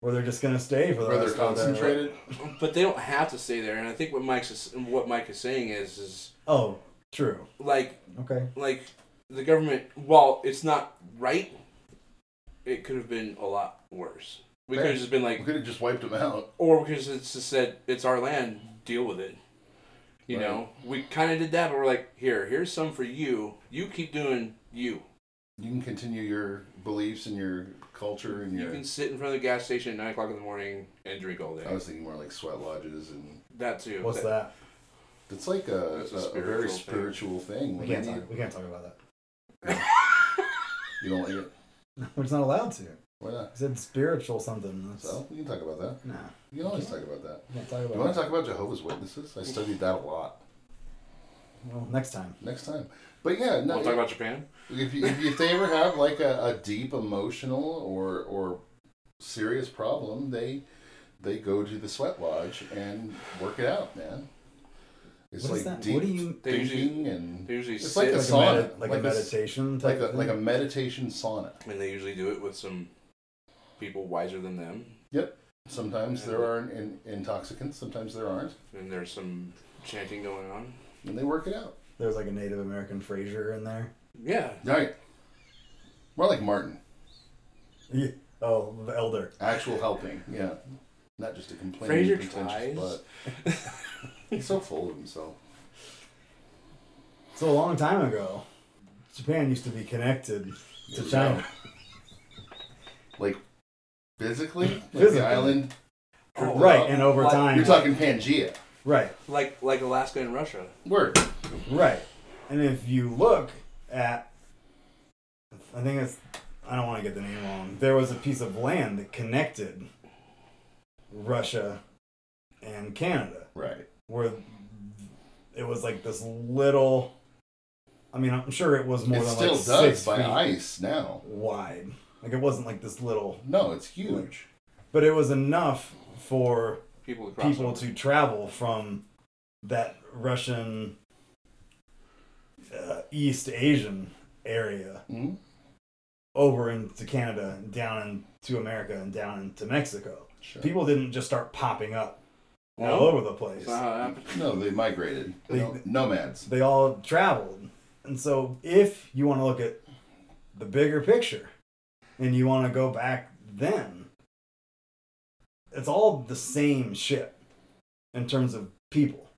S2: where they're just gonna stay for the
S3: Where they're
S2: rest of their-
S3: concentrated.
S1: But they don't have to stay there, and I think what Mike's is, what Mike is saying is is
S2: Oh, true.
S1: like
S2: Okay.
S1: like the government. While it's not right, it could have been a lot worse. We could have just been
S3: We
S1: like,
S3: could have just wiped them out.
S1: or because it's just said it's our land, deal with it. You
S3: Right.
S1: know, we kind of did that, but we're like, here, here's some for you. You keep doing you.
S3: You can continue your beliefs and your culture and
S1: You
S3: your.
S1: can sit in front of the gas station at nine o'clock in the morning and drink all day.
S3: I was thinking more like sweat lodges and
S1: that too.
S2: What's that?
S3: it's like a,
S1: It's a
S3: a, a very
S1: spiritual
S3: spiritual thing.
S2: We
S3: When
S2: can't
S3: you,
S2: talk. We can't talk about that.
S3: you don't like it?
S2: We're just not allowed to. I
S3: Why not?
S2: said spiritual something. That's,
S3: So we can talk about that.
S2: Nah,
S3: You can always talk about that.
S2: we can't talk
S3: Do
S2: about
S3: you want
S2: that.
S3: to talk about Jehovah's Witnesses? I studied that a lot.
S2: Well, next time.
S3: Next time, but yeah, no.
S1: We'll talk about Japan.
S3: if, you, if, you- if they ever have like a, a deep emotional or or serious problem, they they go to the sweat lodge and work it out, man. It's
S2: What
S3: like
S2: is that?
S3: deep
S2: What do you-
S1: They usually-
S3: thinking and
S1: They usually
S3: It's
S1: sit
S3: like a
S2: Like a,
S3: sauna,
S2: medi- like,
S3: like
S2: a
S3: a s-
S2: meditation
S3: like
S2: type
S3: a
S2: of
S3: like a
S2: thing?
S3: meditation sauna.
S1: and they usually do it with some people wiser than them,
S3: Sometimes there are in, intoxicants, sometimes there aren't,
S1: and there's some chanting going on.
S3: and they work it out.
S2: There's like a Native American Fraser in there.
S1: Yeah,
S3: Right. More like Martin,
S2: Yeah. Oh, the elder.
S3: actual helping. Yeah, not just a
S1: Fraser
S3: complaining
S1: tries.
S3: pretentious butt. He's so full of himself.
S2: So a long time ago, Japan used to be connected
S3: There
S2: to
S3: we
S2: China.
S3: like physically, like
S2: Physically.
S3: the island.
S1: Oh,
S2: right, and over
S1: Like-
S2: time,
S3: You're talking Pangea.
S2: right,
S1: like like Alaska and Russia.
S3: Word.
S2: right. And if you look at, I think it's, I don't want to get the name wrong. There was a piece of land that connected Russia and Canada.
S3: Right.
S2: where it was like this little. I mean, I'm sure it was more
S3: it
S2: than
S3: still
S2: like
S3: does
S2: six
S3: by
S2: feet
S3: ice now.
S2: wide. Like it wasn't like this little,
S3: No, it's huge.
S2: but it was enough for
S1: People across
S2: people to travel from that Russian uh, East Asian area
S3: hmm
S2: over into Canada, and down into America, and down into Mexico.
S3: Sure.
S2: People didn't just start popping up all
S1: No.
S2: over the place.
S1: That's not how it happened.
S3: No, they migrated. They,
S2: They-
S3: nomads.
S2: they all traveled. And so, if you want to look at the bigger picture and you want to go back then, it's all the same shit in terms of people.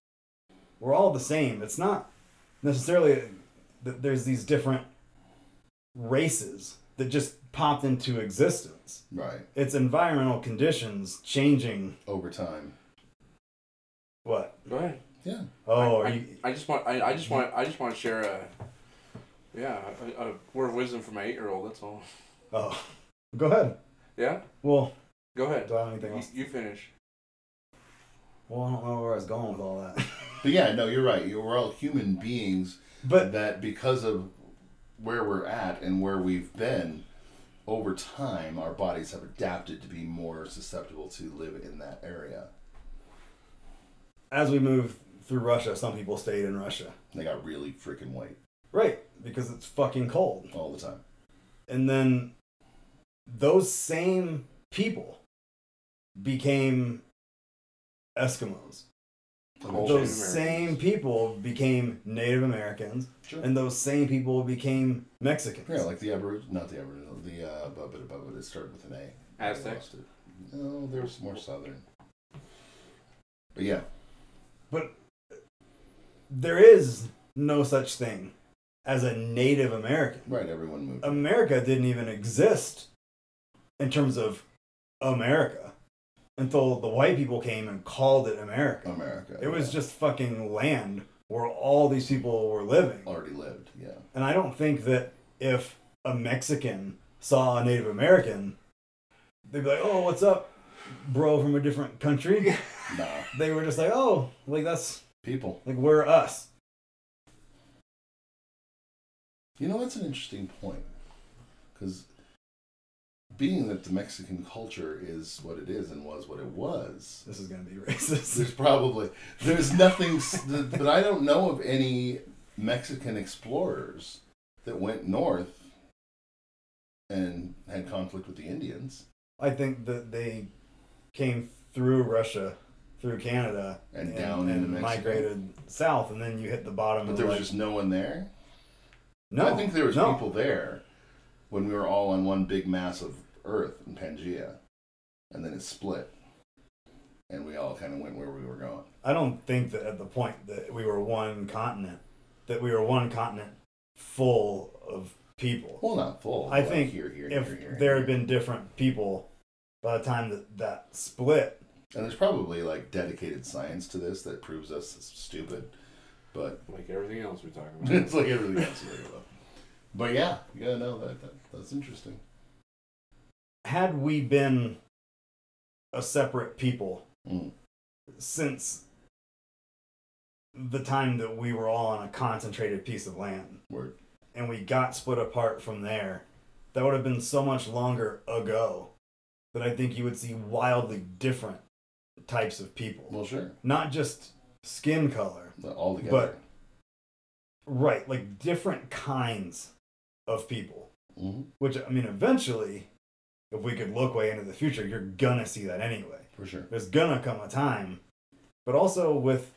S2: We're all the same. It's not necessarily that there's these different races that just popped into existence.
S3: Right.
S2: It's environmental conditions changing
S3: Over time.
S2: what?
S1: Go ahead.
S3: Yeah.
S2: Oh,
S1: I,
S2: are
S1: I,
S2: you,
S1: I just want I, I just want I just want to share a yeah a, a word of wisdom for my eight year old. That's all.
S2: oh, go ahead.
S1: Yeah,
S2: Well,
S1: go ahead.
S2: do I have anything
S1: You,
S2: else?
S1: you finish.
S2: Well, I don't know where I was going with all that.
S3: But yeah, no, you're right. You're, we're all human beings
S2: But
S3: that because of where we're at and where we've been over time, our bodies have adapted to be more susceptible to live in that area.
S2: as we move through Russia, some people stayed in Russia.
S3: They got really freaking white
S2: Right, because it's fucking cold.
S3: all the time.
S2: And then those same people became Eskimos.
S1: All
S2: Those
S1: Americans.
S2: same people became Native Americans.
S3: Sure.
S2: And those same people became Mexicans.
S3: Yeah, like the Aboriginal, not the Aboriginal, the uh, Bubba Bubba that started with an A. I
S1: Aztecs.
S3: lost it. No, there was more southern. But yeah,
S2: there is no such thing as a Native American.
S3: right, everyone moved.
S2: America didn't even exist in terms of America until the white people came and called it America.
S3: America.
S2: Uh, It was
S3: yeah.
S2: just fucking land where all these people were living.
S3: already lived, yeah.
S2: And I don't think that if a Mexican saw a Native American, they'd be like, oh, what's up, bro, from a different country?
S3: Nah,
S2: They were just like, oh, like that's,
S3: people.
S2: like, we're us.
S3: You know, that's an interesting point. Because being that the Mexican culture is what it is and was what it was,
S2: This is gonna be racist.
S3: there's probably there's nothing, s- th- but I don't know of any Mexican explorers that went north and had conflict with the Indians
S2: I think that they came through Russia, through Canada,
S3: and, down into
S2: and
S3: Mexico.
S2: migrated south, and then you hit the bottom.
S3: But
S2: of
S3: there was
S2: like,
S3: just no one there.
S2: no.
S3: I think there was
S2: no.
S3: people there when we were all on one big mass of Earth in Pangea, and then it split, and we all kind of went where we were going.
S2: I don't think that at the point that we were one continent, that we were one continent full of people.
S3: Well, not full.
S2: I
S3: but
S2: think
S3: here, here,
S2: If
S3: here, here,
S2: there
S3: here.
S2: had been different people by the time that that split,
S3: and there's probably like dedicated science to this that proves us stupid, but
S1: Like everything else we talk about.
S3: it's like everything else. is like, well. But yeah, yeah, no, that, that that's interesting.
S2: had we been a separate people
S3: Mm.
S2: since the time that we were all on a concentrated piece of land,
S3: Word.
S2: and we got split apart from there, that would have been so much longer ago that I think you would see wildly different types of people.
S3: Well, sure,
S2: Not just skin color,
S3: but all together.
S2: right? Like different kinds of people.
S3: hmm
S2: Which, I mean, eventually, if we could look way into the future, you're gonna see that anyway.
S3: for sure.
S2: There's gonna come a time. But also with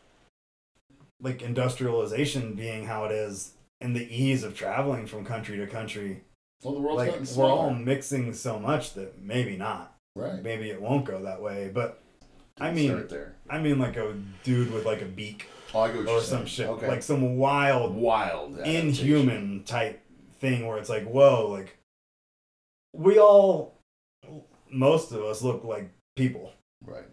S2: like industrialization being how it is and the ease of traveling from country to country
S3: Well, the world's
S2: like
S3: gotten
S2: we're
S3: smaller,
S2: all mixing so much that maybe not
S3: right?
S2: maybe it won't go that way but i
S3: Didn't
S2: mean-
S3: start there.
S2: i mean like a dude with like a beak
S3: Oh, I get what
S2: or
S3: you're
S2: some
S3: saying.
S2: shit
S3: Okay.
S2: like some wild
S3: wild, adaptation.
S2: inhuman type thing where it's like whoa like we all most of us look like people
S3: Right.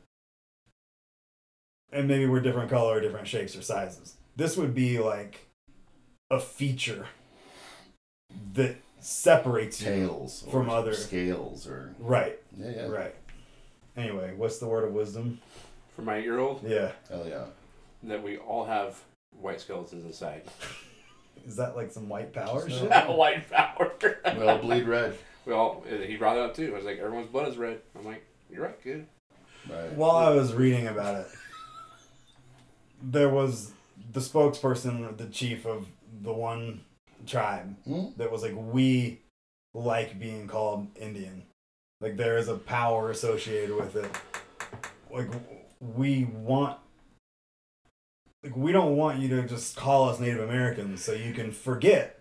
S2: and maybe we're different color or different shapes or sizes this would be like a feature that separates you
S3: Tails or
S2: From other-
S3: scales or
S2: right
S3: yeah, yeah,
S2: right anyway what's the word of wisdom
S1: For my eight year old,
S2: Yeah.
S3: hell yeah.
S1: that we all have white skeletons inside.
S2: Is that like some white power
S3: Just
S2: shit?
S3: not-
S1: white power.
S3: We all bleed red.
S1: We all, he brought it up too. I was like, everyone's blood is red. I'm like, you're right, kid.
S3: Right.
S2: While I was reading about it, there was the spokesperson, the chief of the one tribe,
S3: Hmm?
S2: that was like, We like being called Indian. Like, there is a power associated with it. Like, we want. Like, we don't want you to just call us Native Americans so you can forget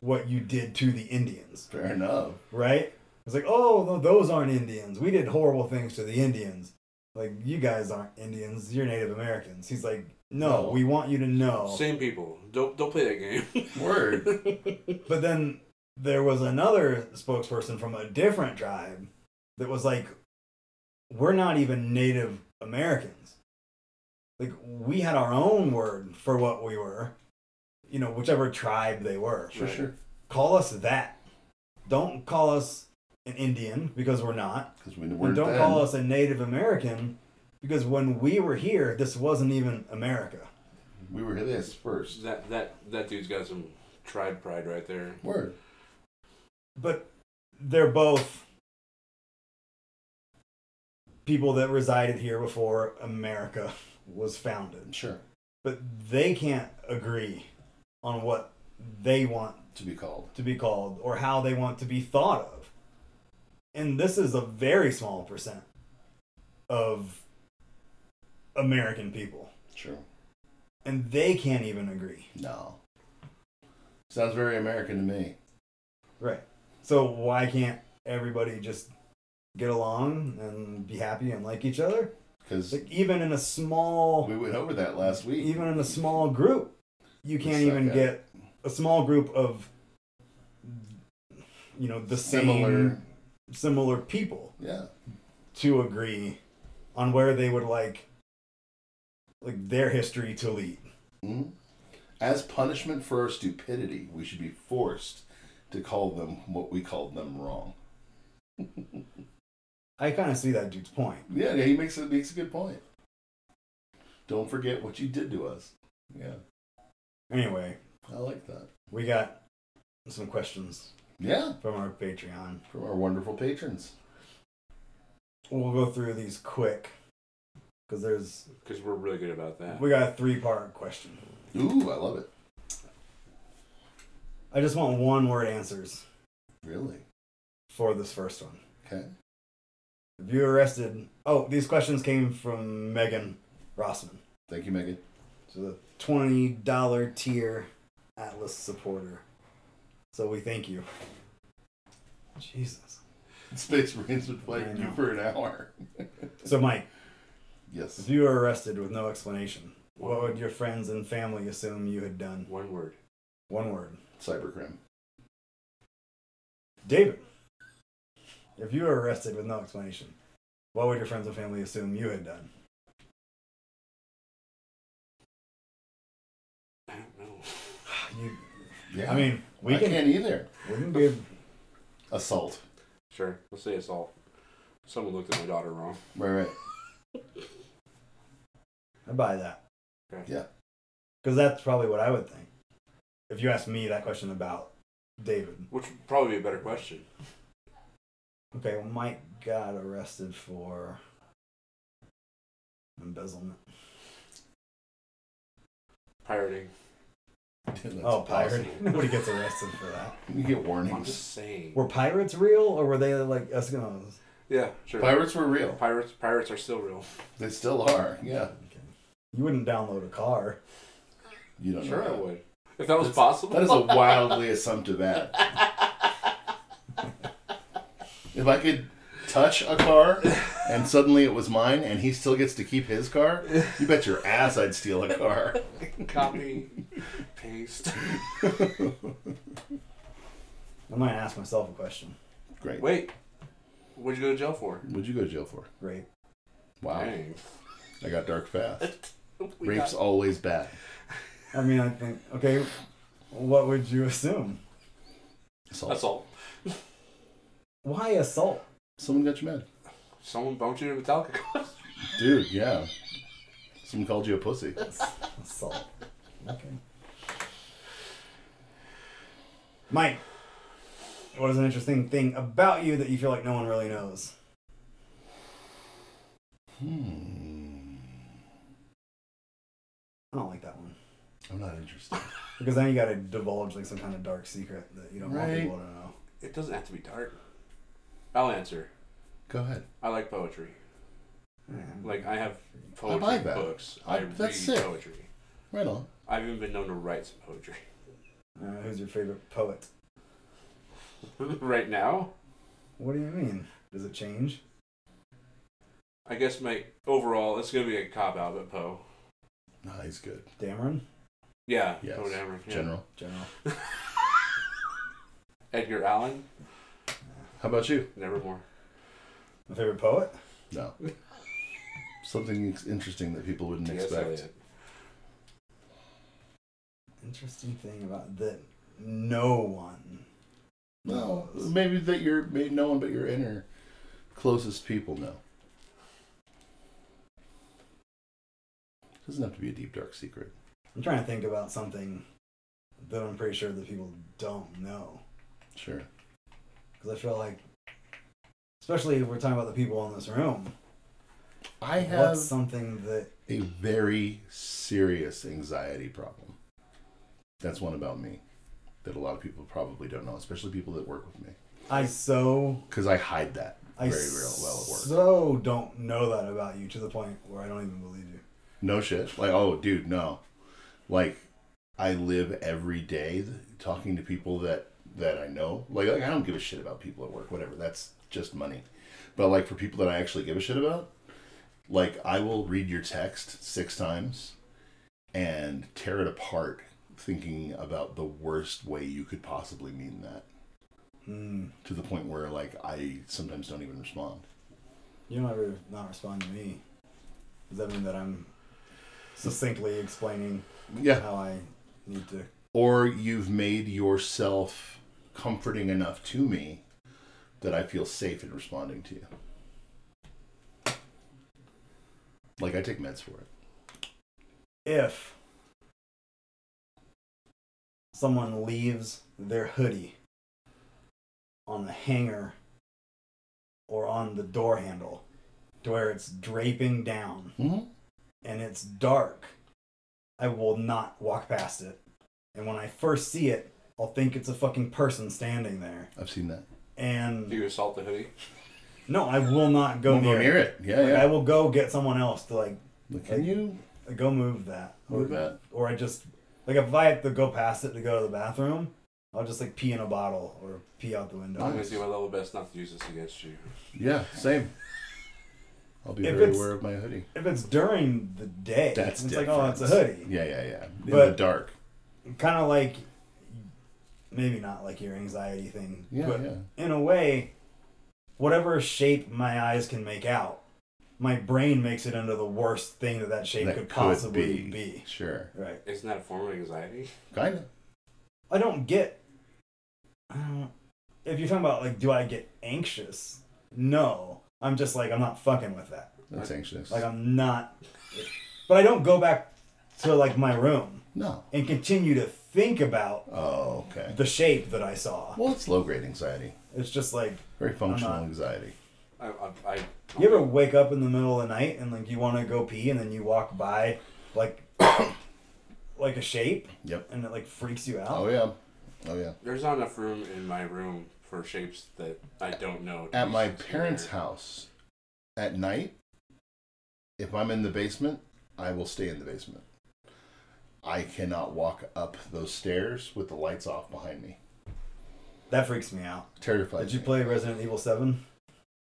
S2: what you did to the Indians.
S3: Fair enough.
S2: right? It's like, oh, no, those aren't Indians. We did horrible things to the Indians. Like, you guys aren't Indians. You're Native Americans. He's like, no,
S3: No.
S2: we want you to know.
S1: Same people. Don't don't play that game.
S3: Word.
S2: But then there was another spokesperson from a different tribe that was like, we're not even Native Americans. Like, we had our own word for what we were, you know, whichever tribe they were.
S3: For sure.
S2: Call us that. Don't call us an Indian because we're not.
S3: Because we were
S2: And don't
S3: then.
S2: call us a Native American because when we were here, this wasn't even America.
S3: We were this first.
S1: that that that dude's got some tribe pride right there.
S3: Word.
S2: But they're both people that resided here before America was founded.
S3: Sure.
S2: But they can't agree on what they want
S3: To be called.
S2: to be called or how they want to be thought of. And this is a very small percent of American people.
S3: Sure.
S2: And they can't even agree.
S3: No. Sounds very American to me.
S2: So why can't everybody just get along and be happy and like each other?
S3: Because
S2: Like even in a small,
S3: we went over that last week.
S2: even in a small group, you
S3: We
S2: can't
S3: suck
S2: even
S3: at
S2: get a small group of, you know, the
S3: Similar.
S2: same similar people
S3: Yeah.
S2: to agree on where they would like, like their history to lead.
S3: hmm As punishment for our stupidity, we should be forced to call them what we called them wrong.
S2: I kind of see that dude's point.
S3: Yeah, yeah, he makes a, makes a good point. Don't forget what you did to us. Yeah,
S2: Anyway,
S3: I like that.
S2: we got some questions.
S3: Yeah,
S2: from our Patreon.
S3: from our wonderful patrons.
S2: We'll go through these quick because there's
S1: because we're really good about that.
S2: we got a three part question.
S3: Ooh, I love it.
S2: I just want one word answers
S3: Really?
S2: for this first one.
S3: Okay.
S2: If you were arrested, oh, these questions came from Megan Rossman,
S3: Thank you, Megan.
S2: so the twenty dollar tier Atlas supporter. So we thank you. Jesus.
S3: Space Marines would fight
S2: I
S3: you
S2: know.
S3: for an hour.
S2: So Mike, if
S3: Yes.
S2: you were arrested with no explanation, what would your friends and family assume you had done?
S1: One word.
S2: One word.
S3: Cybercrime.
S2: David, if you were arrested with no explanation, what would your friends and family assume you had done?
S1: I don't know.
S2: You,
S3: Yeah.
S2: I mean, we
S3: I
S2: can,
S3: can't either.
S2: we can give.
S3: Assault.
S1: Sure, let's say assault. Someone looked at my daughter wrong.
S3: Right, right.
S2: I buy that
S1: Okay.
S3: Yeah.
S2: because that's probably what I would think if you asked me that question about David.
S1: Which would probably be a better question.
S2: Okay, well, Mike got arrested for embezzlement.
S1: Pirating.
S3: That's
S2: oh, pirate!
S3: possible.
S2: Nobody gets arrested for that.
S3: You get
S1: I'm
S3: warnings.
S1: just saying.
S2: Were pirates real, or were they like Eskimos?
S1: Yeah, sure.
S3: Pirates were real.
S1: Pirates. Pirates are still real.
S3: They still are. Yeah.
S2: Okay. You wouldn't download a car.
S3: You don't
S1: Sure, I
S3: know.
S1: would. If that was
S3: That's-
S1: possible.
S3: That. that is a wildly assumptive ad. if I could touch a car and suddenly it was mine and he still gets to keep his car, you bet your ass I'd steal a car.
S1: Copy, paste.
S2: I might ask myself a question.
S3: Great.
S1: Wait, what'd you go to jail for?
S3: What'd you go to jail for?
S2: Rape.
S3: Wow.
S1: Dang.
S3: I got dark fast.
S1: We
S3: Rape's
S1: got-
S3: always bad.
S2: I mean, I think, okay, what would you assume?
S3: Assault.
S1: assault.
S2: Why assault?
S3: Someone got you mad.
S1: Someone bumped you to Metallica. concert.
S3: Dude, yeah. Someone called you a pussy.
S2: Assault. Okay. Mike, what is an interesting thing about you that you feel like no one really knows?
S3: Hmm.
S2: I don't like that one.
S3: I'm not interested.
S2: Because then you gotta divulge like some kind of dark secret that you don't want
S3: Right.
S2: people to know.
S1: It doesn't have to be dark. I'll answer.
S3: Go ahead.
S1: I like poetry.
S2: Yeah.
S1: Like I have
S3: I
S1: poetry
S3: buy that.
S1: books.
S3: I-
S1: I, read
S3: that's sick.
S1: poetry.
S3: Right on.
S1: I've even been known to write some poetry.
S2: Uh, who's your favorite poet?
S1: right now,
S2: What do you mean? Does it change?
S1: I guess my overall it's gonna be a cop out, but Poe.
S3: Nah, he's good.
S2: Dameron?
S1: Yeah,
S3: Yes.
S1: Poe Dameron. yeah.
S3: General.
S2: General.
S1: Edgar Allan,
S3: How about you?
S1: Nevermore.
S2: My favorite poet?
S3: No. Something ex- interesting that people wouldn't
S1: T.S.
S3: expect.
S1: Eliot.
S2: Interesting thing about that no one
S3: No, maybe that you're maybe no one but your inner closest people know. Doesn't have to be a deep dark secret.
S2: I'm trying to think about something that I'm pretty sure that people don't know.
S3: Sure.
S2: Because I feel like, especially if we're talking about the people in this room,
S3: I have
S2: what's something that.
S3: a very serious anxiety problem. That's one about me that a lot of people probably don't know, especially people that work with me,
S2: I so.
S3: because I hide that.
S2: I
S3: Very real- well at work.
S2: so don't know that about you to the point where I don't even believe you.
S3: No shit. Like, oh, dude, no. Like, I live every day th- talking to people that that I know. Like, like, I don't give a shit about people at work. Whatever. That's just money. But like for people that I actually give a shit about, like I will read your text six times and tear it apart, thinking about the worst way you could possibly mean that.
S2: Hmm.
S3: To the point where like I sometimes don't even respond.
S2: You don't ever not respond to me. Does that mean that I'm succinctly explaining
S3: Yeah.
S2: how I need to?
S3: or you've made yourself comforting enough to me that I feel safe in responding to you. Like I take meds for it.
S2: if someone leaves their hoodie on the hanger or on the door handle to where it's draping down
S3: Mhm.
S2: and it's dark, I will not walk past it. And when I first see it, I'll think it's a fucking person standing there.
S3: I've seen that.
S1: Do
S2: And
S1: you assault the hoodie?
S2: no, I will not go
S3: Won't
S2: near, it.
S3: Yeah,
S2: Like,
S3: yeah.
S2: I will go get someone else to like
S3: Like, Can you?
S2: go move that.
S3: Move that.
S2: Or I just like if I have to go past it to go to the bathroom, I'll just like pee in a bottle or pee out the window.
S1: I'm gonna do my level best not to use this against you.
S3: Yeah, same. I'll be
S2: If
S3: very
S2: it's-
S3: aware of my hoodie.
S2: If it's during the day,
S3: That's
S2: it's
S3: different.
S2: like oh, it's a hoodie.
S3: Yeah, yeah, yeah. In the
S2: But-
S3: dark.
S2: Kind of like maybe not like your anxiety thing,
S3: Yeah,
S2: but
S3: yeah.
S2: in a way, whatever shape my eyes can make out, my brain makes it into the worst thing that that shape
S3: That
S2: could possibly
S3: be.
S2: be.
S3: Sure.
S2: Right.
S1: Isn't that a form of anxiety?
S3: Kind of.
S2: I don't get. I don't. If you're talking about like, do I get anxious? No, I'm just like I'm not fucking with that.
S3: That's anxious.
S2: Like I'm not. But I don't go back to like my room
S3: no.
S2: and continue to think about
S3: Oh, okay.
S2: the shape that I saw.
S3: Well, it's low grade anxiety.
S2: It's just like
S3: Very functional
S2: not-
S3: anxiety.
S1: I, I, I
S2: you ever wake up in the middle of the night and like you want to go pee and then you walk by like like a shape
S3: Yep.
S2: and it like freaks you out.
S3: Oh, yeah. Oh, yeah.
S1: There's not enough room in my room for shapes that I don't know. to
S3: At
S1: be
S3: my
S1: seen
S3: parents'
S1: there.
S3: house at night, if I'm in the basement, I will stay in the basement. I cannot walk up those stairs with the lights off behind me.
S2: That freaks me out.
S3: Terrified.
S2: Did you
S3: me.
S2: play Resident Evil Seven?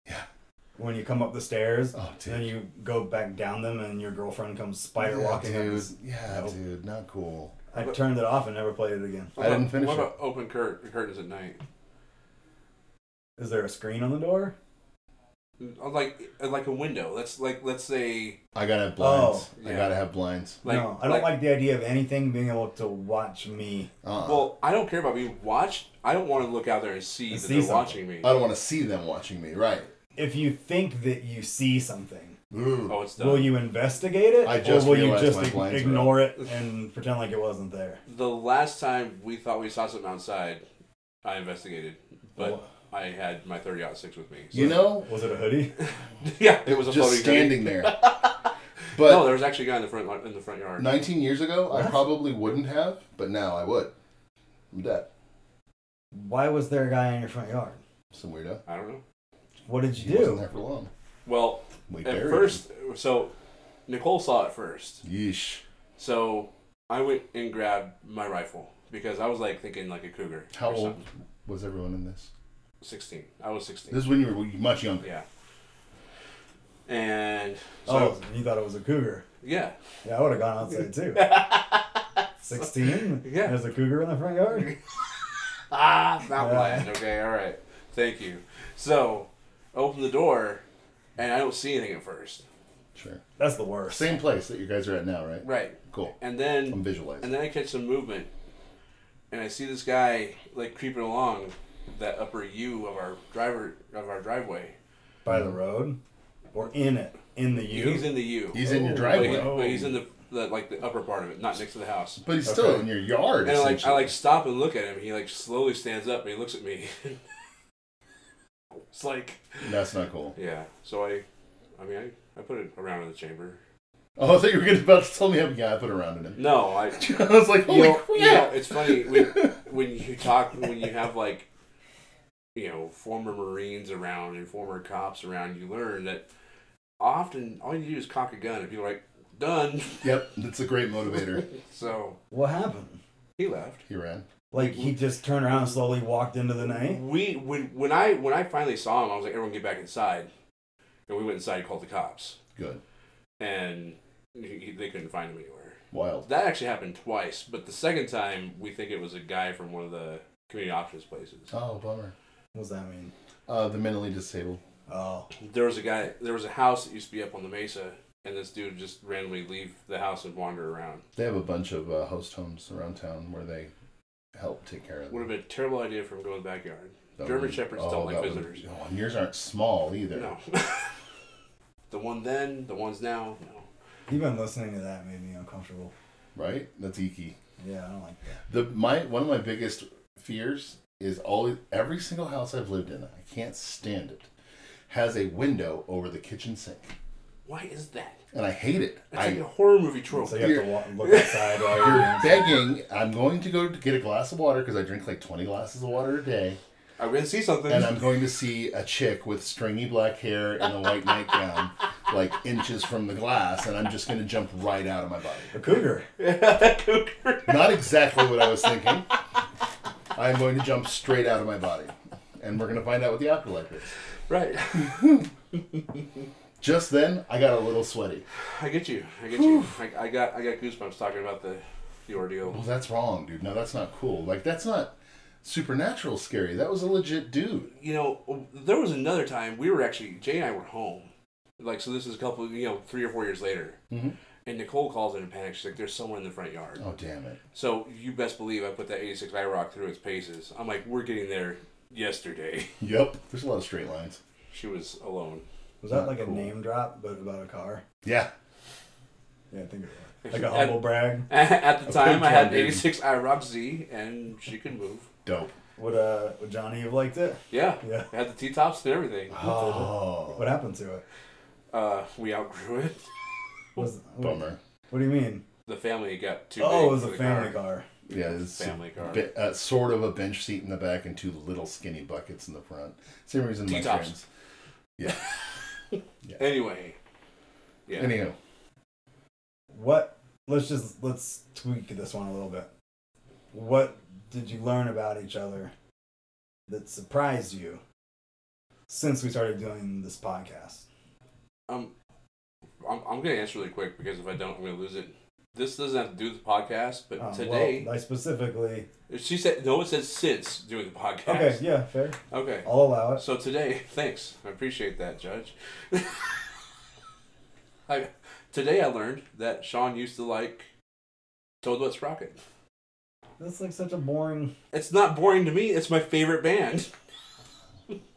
S3: Yeah.
S2: When you come up the stairs,
S3: Oh, dude.
S2: then you go back down them, and your girlfriend comes spider
S3: yeah,
S2: walking.
S3: dude.
S2: up.
S3: Yeah,
S2: Nope.
S3: dude. Not cool.
S2: I turned it off and never played it again.
S1: What
S3: I
S1: about-
S3: didn't finish
S1: What
S3: it.
S1: about open cur- curtains at night?
S2: Is there a screen on the door?
S1: Like like a window. Let's like let's say
S3: I gotta have blinds.
S1: Oh,
S3: I
S1: yeah.
S3: gotta have blinds.
S1: like
S2: no, I don't like, the idea of anything being able to watch me.
S3: Uh-uh.
S1: Well, I don't care about being watched. I don't want to look out there and see
S2: And
S1: that
S2: see
S1: they're
S2: something.
S1: watching me.
S3: I don't want to see them watching me. Right.
S2: If you think that you see something,
S3: Ooh.
S1: oh, it's done.
S2: will you investigate it,
S3: I just
S2: or will you
S3: realized
S2: just
S3: my
S2: ig-
S3: blinds were
S2: ignore it and pretend like it wasn't there?
S1: The last time we thought we saw something outside, I investigated, but I had my 30 six with me. so-
S3: you know,
S2: was it a hoodie?
S1: yeah, it was a
S3: just
S1: floating
S3: standing there.
S1: hoodie.
S3: But
S1: no, there was actually a guy in the front li- in the front yard.
S3: 19 years ago, I
S2: What?
S3: probably wouldn't have, but now I would. I'm dead.
S2: Why was there a guy in your front yard?
S3: Some weirdo.
S1: I don't know.
S2: What did
S3: He
S2: you
S3: wasn't
S2: do?
S3: there for long.
S1: Well,
S3: We
S1: at
S3: buried
S1: first, so Nicole saw it first.
S3: him. Yeesh.
S1: So I went and grabbed my rifle because I was like thinking like a cougar.
S3: How
S1: or
S3: old
S1: something.
S3: was everyone in this?
S1: 16. I was 16.
S3: This is when you were much younger.
S1: Yeah. And
S2: Oh,
S1: so
S2: you thought it was a cougar.
S1: yeah,
S2: Yeah, I would have gone outside too. 16?
S1: Yeah.
S2: There's a cougar in the front yard?
S1: ah, mountain
S2: Yeah.
S1: lion. Okay, all right. Thank you. So open the door, and I don't see anything at first.
S3: Sure.
S2: That's the worst.
S3: Same place that you guys are at now, right?
S1: Right.
S3: Cool.
S1: And
S3: I'm
S1: then
S3: visualizing.
S1: and then I catch some movement, and I see this guy like creeping along that upper U of our driver of our driveway.
S2: By the road? Or in it? In the
S1: He's
S2: U?
S1: in the U.
S3: He's in your
S1: But, he-
S2: Oh,
S3: driveway.
S1: but he's in the, the like the upper part of it, not next to the house.
S3: But he's still
S2: Okay.
S3: in your yard.
S1: And I like I
S3: essentially.
S1: like stop and look at him. He like slowly stands up and he looks at me. it's like
S3: That's not cool.
S1: yeah. So I, I mean I, I put it around in the chamber.
S3: Oh, I thought you were gonna about to tell me how yeah, I put around in him.
S1: No, I.
S3: I was
S1: You
S3: like, holy
S1: know,
S3: crap.
S1: you know, it's funny when when you talk when you have like, you know, former Marines around and former cops around. You learn that often all you do is cock a gun and people are like done.
S3: Yep, that's a great motivator.
S1: So
S2: What happened?
S1: he left.
S3: He ran.
S2: Like, he just turned around and slowly walked into the night?
S1: We when when I when I finally saw him, I was like, everyone get back inside, and we went inside and called the cops,
S3: Good.
S1: and he, he- they couldn't find him anywhere.
S3: Wild.
S1: That actually happened twice, but the second time we think it was a guy from one of the community options places.
S3: Oh, bummer.
S2: What does that mean?
S3: Uh, the mentally disabled.
S2: Oh.
S1: There was a guy. There was a house that used to be up on the mesa, and this dude just randomly leave the house and wander around.
S3: They have a bunch of uh, host homes around town where they help take care of
S1: Would have
S3: them.
S1: been a terrible idea for him to go in the backyard.
S3: That
S1: German
S3: would-
S1: Shepherds don't like
S3: that would-
S1: visitors.
S3: oh, and yours aren't small either.
S1: No. the one then, the ones now. No.
S2: You've been listening to that made me uncomfortable.
S3: Right? That's icky.
S2: Yeah, I don't like that.
S3: The my one of my biggest fears is always every single house I've lived in. I can't stand it. Has a window over the kitchen sink,
S1: Why is that?
S3: and I hate it.
S1: That's
S3: I,
S1: like a horror movie trope.
S2: So you have to walk, look outside while you're doing
S3: you're begging. I'm going to go to get a glass of water because I drink like 20 glasses of water a day,
S1: I'm gonna see something.
S3: and I'm going to see a chick with stringy black hair and a white nightgown, like inches from the glass, and I'm just going to jump right out of my body.
S2: a cougar.
S1: Cougar.
S3: Not exactly what I was thinking. I'm going to jump straight out of my body, and we're going to find out what the afterlife is.
S1: Right.
S3: Just then, I got a little sweaty.
S1: I get you. I get you. I, I got I got goosebumps talking about the the
S3: Well,
S1: ordeal.
S3: that's wrong, dude. No, that's not cool. Like, that's not supernatural scary. That was a legit dude.
S1: You know, there was another time we were actually Jay and I were home. Like so, this is a couple, you know, three or four years later.
S3: Mhm.
S1: And Nicole calls in a panic. She's like, "There's someone in the front yard."
S3: Oh, damn it.
S1: So you best believe I put that 86 IROC through its paces. I'm like, "We're getting there." Yesterday,
S3: Yep. There's a lot of straight lines.
S1: she was alone.
S2: Was that
S3: Not
S2: like a
S3: cool.
S2: name drop, but about a car?
S3: Yeah.
S2: Yeah, I think it was. Like a humble brag.
S1: At the
S3: A
S1: time, I had an
S3: pig farm,
S1: 86 IROC Z, and she could move.
S3: Dope.
S2: Would uh would Johnny have liked it?
S1: Yeah,
S2: Yeah.
S1: I had the T tops and everything.
S3: Oh.
S2: What happened to it?
S1: Uh, we outgrew it.
S2: Was what,
S3: Bummer.
S2: what do you mean?
S1: The family got too.
S2: Oh,
S1: big
S2: it was
S1: for
S2: a
S1: the
S2: family
S1: car.
S2: car.
S3: Yeah, it's
S1: Family car.
S3: bi- uh, sort of a bench seat in the back and two little skinny buckets in the front. Same reason my
S1: T-tops.
S3: friends. Yeah.
S1: Anyway, yeah.
S3: Anyhow,
S2: What? Let's just let's tweak this one a little bit. What did you learn about each other that surprised you since we started doing this podcast?
S1: um, I'm I'm gonna answer really quick because if I don't, I'm gonna lose it. This doesn't have to do with the podcast, but
S2: Um, well,
S1: today
S2: I specifically.
S1: she said no. It says since doing the podcast.
S2: Okay, yeah, fair.
S1: Okay.
S2: I'll allow it.
S1: So today, thanks. I appreciate that, Judge. I, today I learned that Sean used to like Toad Wet Sprocket.
S2: That's like such a boring.
S1: It's not boring to me. It's my favorite band,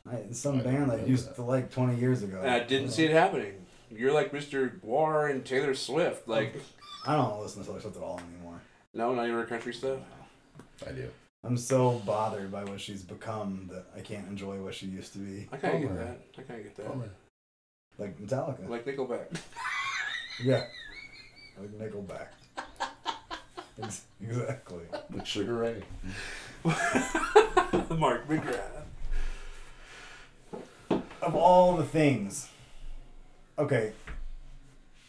S2: I,
S3: I
S2: some
S3: didn't
S2: band I
S3: know
S2: used
S3: that.
S2: to like 20 years ago.
S1: and I didn't see it happening. You're like Mr. War and Taylor Swift. Like,
S2: I don't listen to Taylor Swift at all anymore.
S1: no, not even her country stuff.
S3: I do.
S2: I'm so bothered by what she's become that I can't enjoy what she used to be,
S1: I kind of get
S3: Bummer.
S1: that. I kind of get that.
S3: Bummer.
S2: like Metallica.
S1: Like Nickelback.
S2: yeah, like Nickelback. Ex- exactly.
S3: Like Sugar Ray.
S1: Mark McGrath.
S2: Of all the things, okay,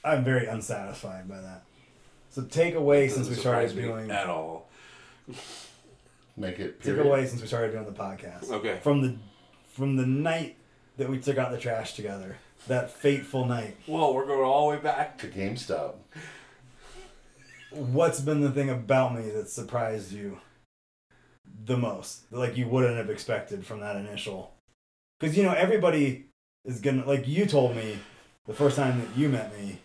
S2: I'm very unsatisfied by that. So take away since we
S1: Doesn't
S2: started
S1: surprise me Uh,
S2: doing
S1: at all.
S3: Make it.
S2: take
S3: Period.
S2: away since we started doing the podcast.
S1: Okay.
S2: From the from the night that we took out the trash together, that fateful night.
S1: Well, we're going all the way back.
S3: to GameStop.
S2: What's been the thing about me that surprised you the most? Like you wouldn't have expected from that initial. Because you know everybody is gonna like you told me the first time that you met me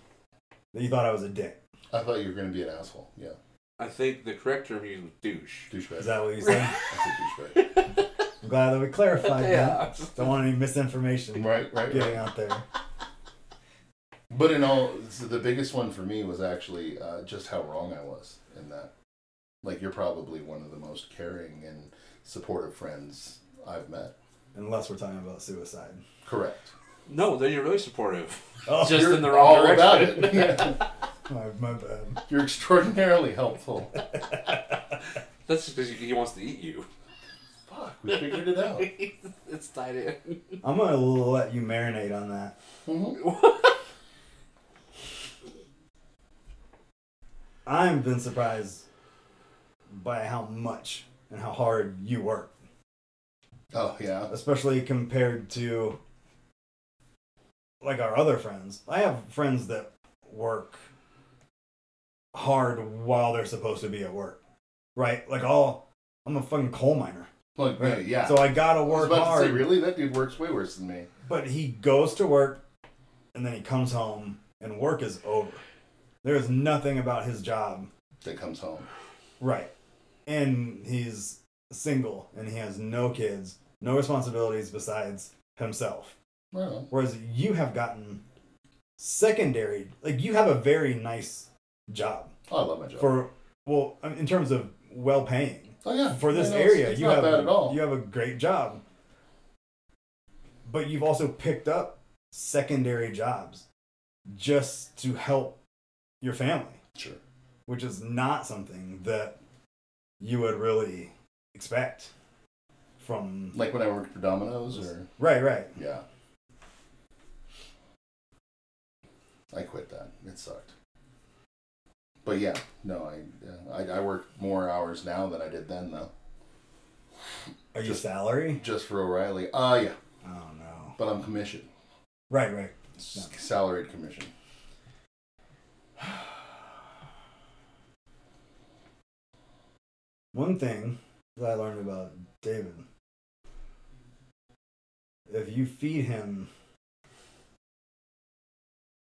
S2: that you thought I was a dick.
S3: I thought you were going to be an asshole. Yeah.
S1: I think the correct term used was douche.
S2: Is
S3: Douchebag.
S2: that what you said?
S3: I said douchebag.
S2: I'm glad that we clarified that.
S1: yeah.
S2: Don't want any misinformation
S3: right, right, right.
S2: getting out there.
S3: But in all, so the biggest one for me was actually uh, just how wrong I was in that. Like, you're probably one of the most caring and supportive friends I've met.
S2: Unless we're talking about suicide.
S3: Correct.
S1: No, then you're really supportive.
S2: Oh,
S1: Just
S3: You're
S1: in the wrong
S3: all about
S1: direction.
S3: it. Yeah.
S2: my, my bad.
S3: You're extraordinarily helpful.
S1: That's just because he wants to eat you.
S3: Fuck, we figured it out.
S1: it's tied in.
S2: I'm gonna let you marinate on that.
S3: Mhm.
S2: I've been surprised by how much and how hard you work,
S3: Oh, yeah.
S2: especially compared to like our other friends. I have friends that work hard while they're supposed to be at work, right? Like all, I'm a fucking coal miner,
S3: Like,
S2: right?
S3: yeah.
S2: So I gotta
S3: I was
S2: work
S3: about
S2: hard.
S3: to say, really? That dude works way worse than me.
S2: But he goes to work and then he comes home and work is over. There is nothing about his job.
S3: That comes home.
S2: Right. And he's single and he has no kids, no responsibilities besides himself.
S3: Well,
S2: Whereas you have gotten secondary, like you have a very nice job
S3: I love my job.
S2: for, well, in terms of well paying.
S3: Oh yeah.
S2: for this
S3: Yeah, no, it's-
S2: area.
S3: it's
S2: you
S3: not
S2: have
S3: bad at all.
S2: you have a great job, but you've also picked up secondary jobs just to help your family,
S3: Sure.
S2: which is not something that you would really expect from
S3: Like when I worked for Domino's, or
S2: right, right.
S3: yeah, I quit that. It sucked. But yeah, no, I yeah, I, I work more hours now than I did then though,
S2: Are you
S3: Just-
S2: salary?
S3: just for O'Reilly. Ah, yeah,
S2: Oh no.
S3: but I'm commissioned,
S2: Right, right.
S3: S- salaried commission.
S2: One thing that I learned about David if you feed him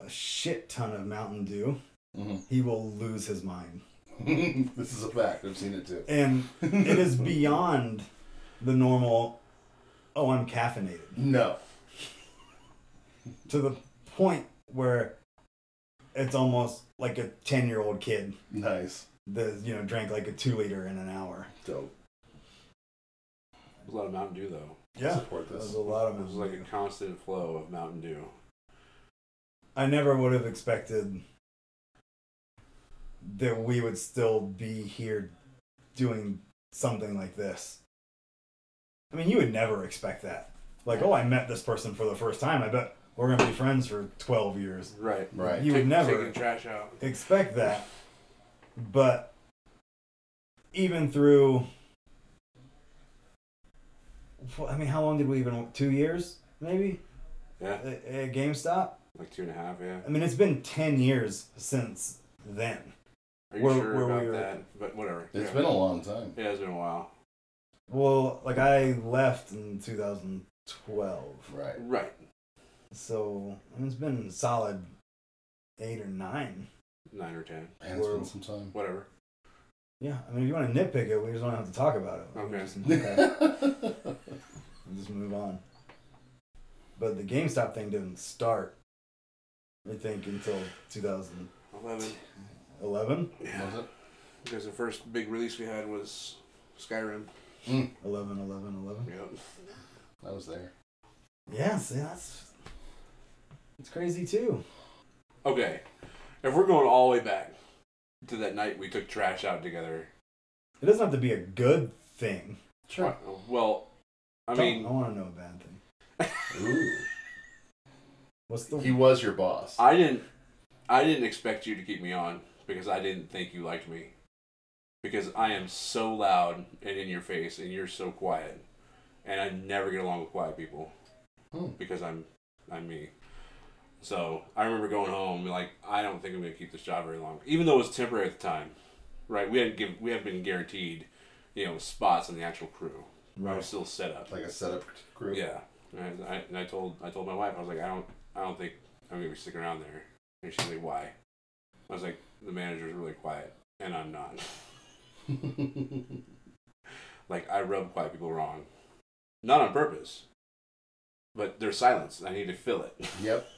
S2: a shit ton of Mountain Dew,
S3: Mm-hmm.
S2: he will lose his mind.
S3: hmm this is a fact. I've seen it too.
S2: And it is beyond the normal, oh, I'm caffeinated,
S3: No.
S2: to the point where it's almost like a 10 year old kid
S3: Nice.
S2: that, you know, drank like a two liter in an hour.
S3: Dope.
S1: There's a lot of Mountain Dew though.
S2: Yeah.
S3: Support
S2: That was
S3: this.
S2: a lot of
S1: There's
S2: Mountain
S1: like
S2: Dew.
S1: a constant flow of Mountain Dew.
S2: I never would have expected that we would still be here doing something like this. I mean, you would never expect that. Like, oh, I met this person for the first time. I bet we're going to be friends for 12 years.
S1: Right.
S3: Right.
S2: You would
S1: Take-
S2: never
S1: taking trash out.
S2: expect that. But even through, well, I mean, how long did we even, two years maybe?
S1: Yeah.
S2: At, at GameStop?
S1: Like two and a half. Yeah.
S2: I mean, it's been 10 years since then.
S1: Are you
S2: Where-
S1: sure
S2: where we
S1: about
S2: were-
S1: that? But whatever.
S3: It's
S1: yeah.
S3: been a long time.
S1: Yeah, it's been a while.
S2: Well, like I left in 2012.
S3: Right.
S1: Right.
S2: So I mean, it's been a solid eight or nine.
S1: Nine or ten.
S3: Man, it's been
S2: We're-
S3: some time.
S1: Whatever.
S2: Yeah, I mean, if you want to nitpick it, we just don't have to talk about it. We can
S1: Okay.
S2: Just, okay, we'll just move on. But the GameStop thing didn't start, I think, until 2011.
S1: Eleven. Yeah.
S3: Was it?
S1: Because the first big release we had was Skyrim.
S2: 11, 11, 11.
S1: Yep.
S3: I Mm. was there.
S2: Yeah, see, that's. It's crazy too.
S1: Okay. If we're going all the way back to that night we took trash out together.
S2: It doesn't have to be a good thing.
S3: Sure.
S1: Well, I
S2: Tell-
S1: mean,
S2: I want to know a bad thing.
S3: Ooh.
S2: What's the
S3: He was your boss.
S1: I didn't I didn't expect you to keep me on because I didn't think you liked me. Because I am so loud and in your face and you're so quiet. And I never get along with quiet people
S3: Hmm.
S1: because I'm I'm me. So I remember going home and be like, I don't think I'm gonna keep this job very long. Even though it was temporary at the time. Right? We hadn't give we haven't been guaranteed, you know, spots on the actual crew. I was still set up.
S3: Like a setup group.
S1: Yeah, and I, and I told I told my wife I was like I don't I don't think I'm gonna be sticking around there, and she's like why? I was like the manager's really quiet, and I'm not. Like I rub quiet people wrong, not on purpose, but their silence. I need to fill it.
S3: yep.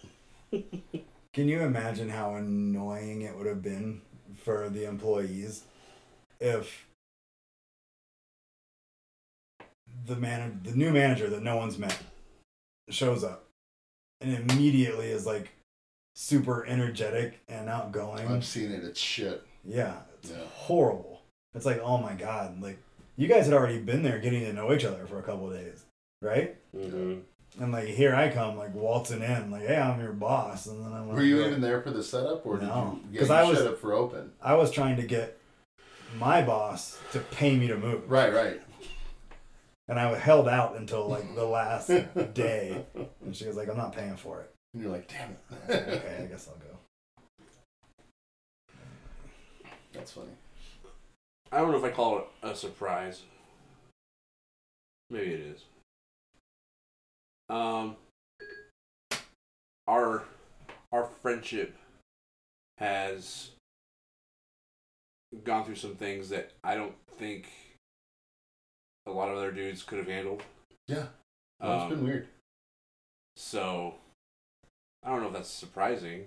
S2: Can you imagine how annoying it would have been for the employees if the man the new manager that no one's met shows up and immediately is like super energetic and outgoing.
S3: I've seen it. It's shit.
S2: Yeah, it's
S3: Yeah.
S2: horrible. It's like, oh my god, like you guys had already been there getting to know each other for a couple of days, right?
S1: Mm-hmm.
S2: And like here I come, like waltzing in, like, hey, I'm your boss, and then I'm like,
S3: Were you
S2: "Yo."
S3: even there for the setup, or
S2: No.
S3: did you?
S2: 'Cause
S3: Yeah,
S2: I
S3: you
S2: was-
S3: showed up for open.
S2: I was trying to get my boss to pay me to move,
S3: Right. Right.
S2: and I held out until like the last day, and she was like, I'm not paying for it.
S3: And you're like, damn
S2: I was
S3: it.
S2: like, okay, I guess I'll go.
S3: That's funny.
S1: I don't know if I call it a surprise. Maybe it is. Um, our our friendship has gone through some things that I don't think a lot of other dudes could have handled.
S3: Yeah. No, it's been
S1: Um,
S3: weird.
S1: so I don't know if that's surprising.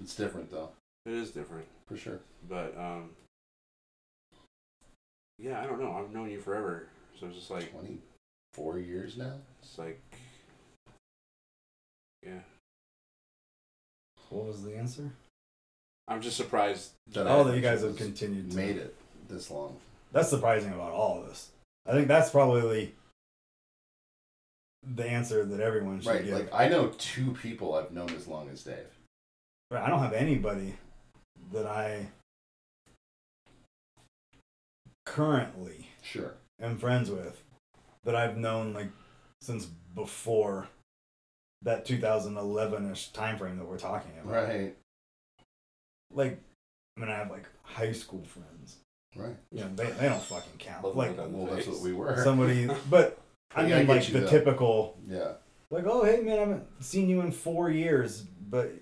S3: It's different though,
S1: It is different,
S3: for sure.
S1: but um, yeah, I don't know. I've known you forever, so it's just like
S3: Twenty four years now.
S1: it's like yeah.
S2: What was the answer?
S1: I'm just surprised.
S3: That
S2: Oh,
S3: I
S2: that you guys have
S3: actually
S2: continued. To,
S3: made it this long.
S2: That's surprising about all of this. I think that's probably the answer that everyone should
S3: Right.
S2: give.
S3: Like I know two people I've known as long as Dave.
S2: Right, I don't have anybody that I currently
S3: Sure.
S2: am friends with that I've known like since before that 2011ish time frame that we're talking about.
S3: Right.
S2: Like, I mean, I have like high school friends.
S3: Right.
S2: You know, they, they don't fucking count.
S1: Love
S2: Like
S1: that.
S3: Well, that's what we were.
S2: somebody, but I
S3: Yeah,
S2: mean,
S3: I get
S2: like
S3: you,
S2: the
S3: though.
S2: typical,
S3: Yeah.
S2: like, oh hey man, I haven't seen you in four years, but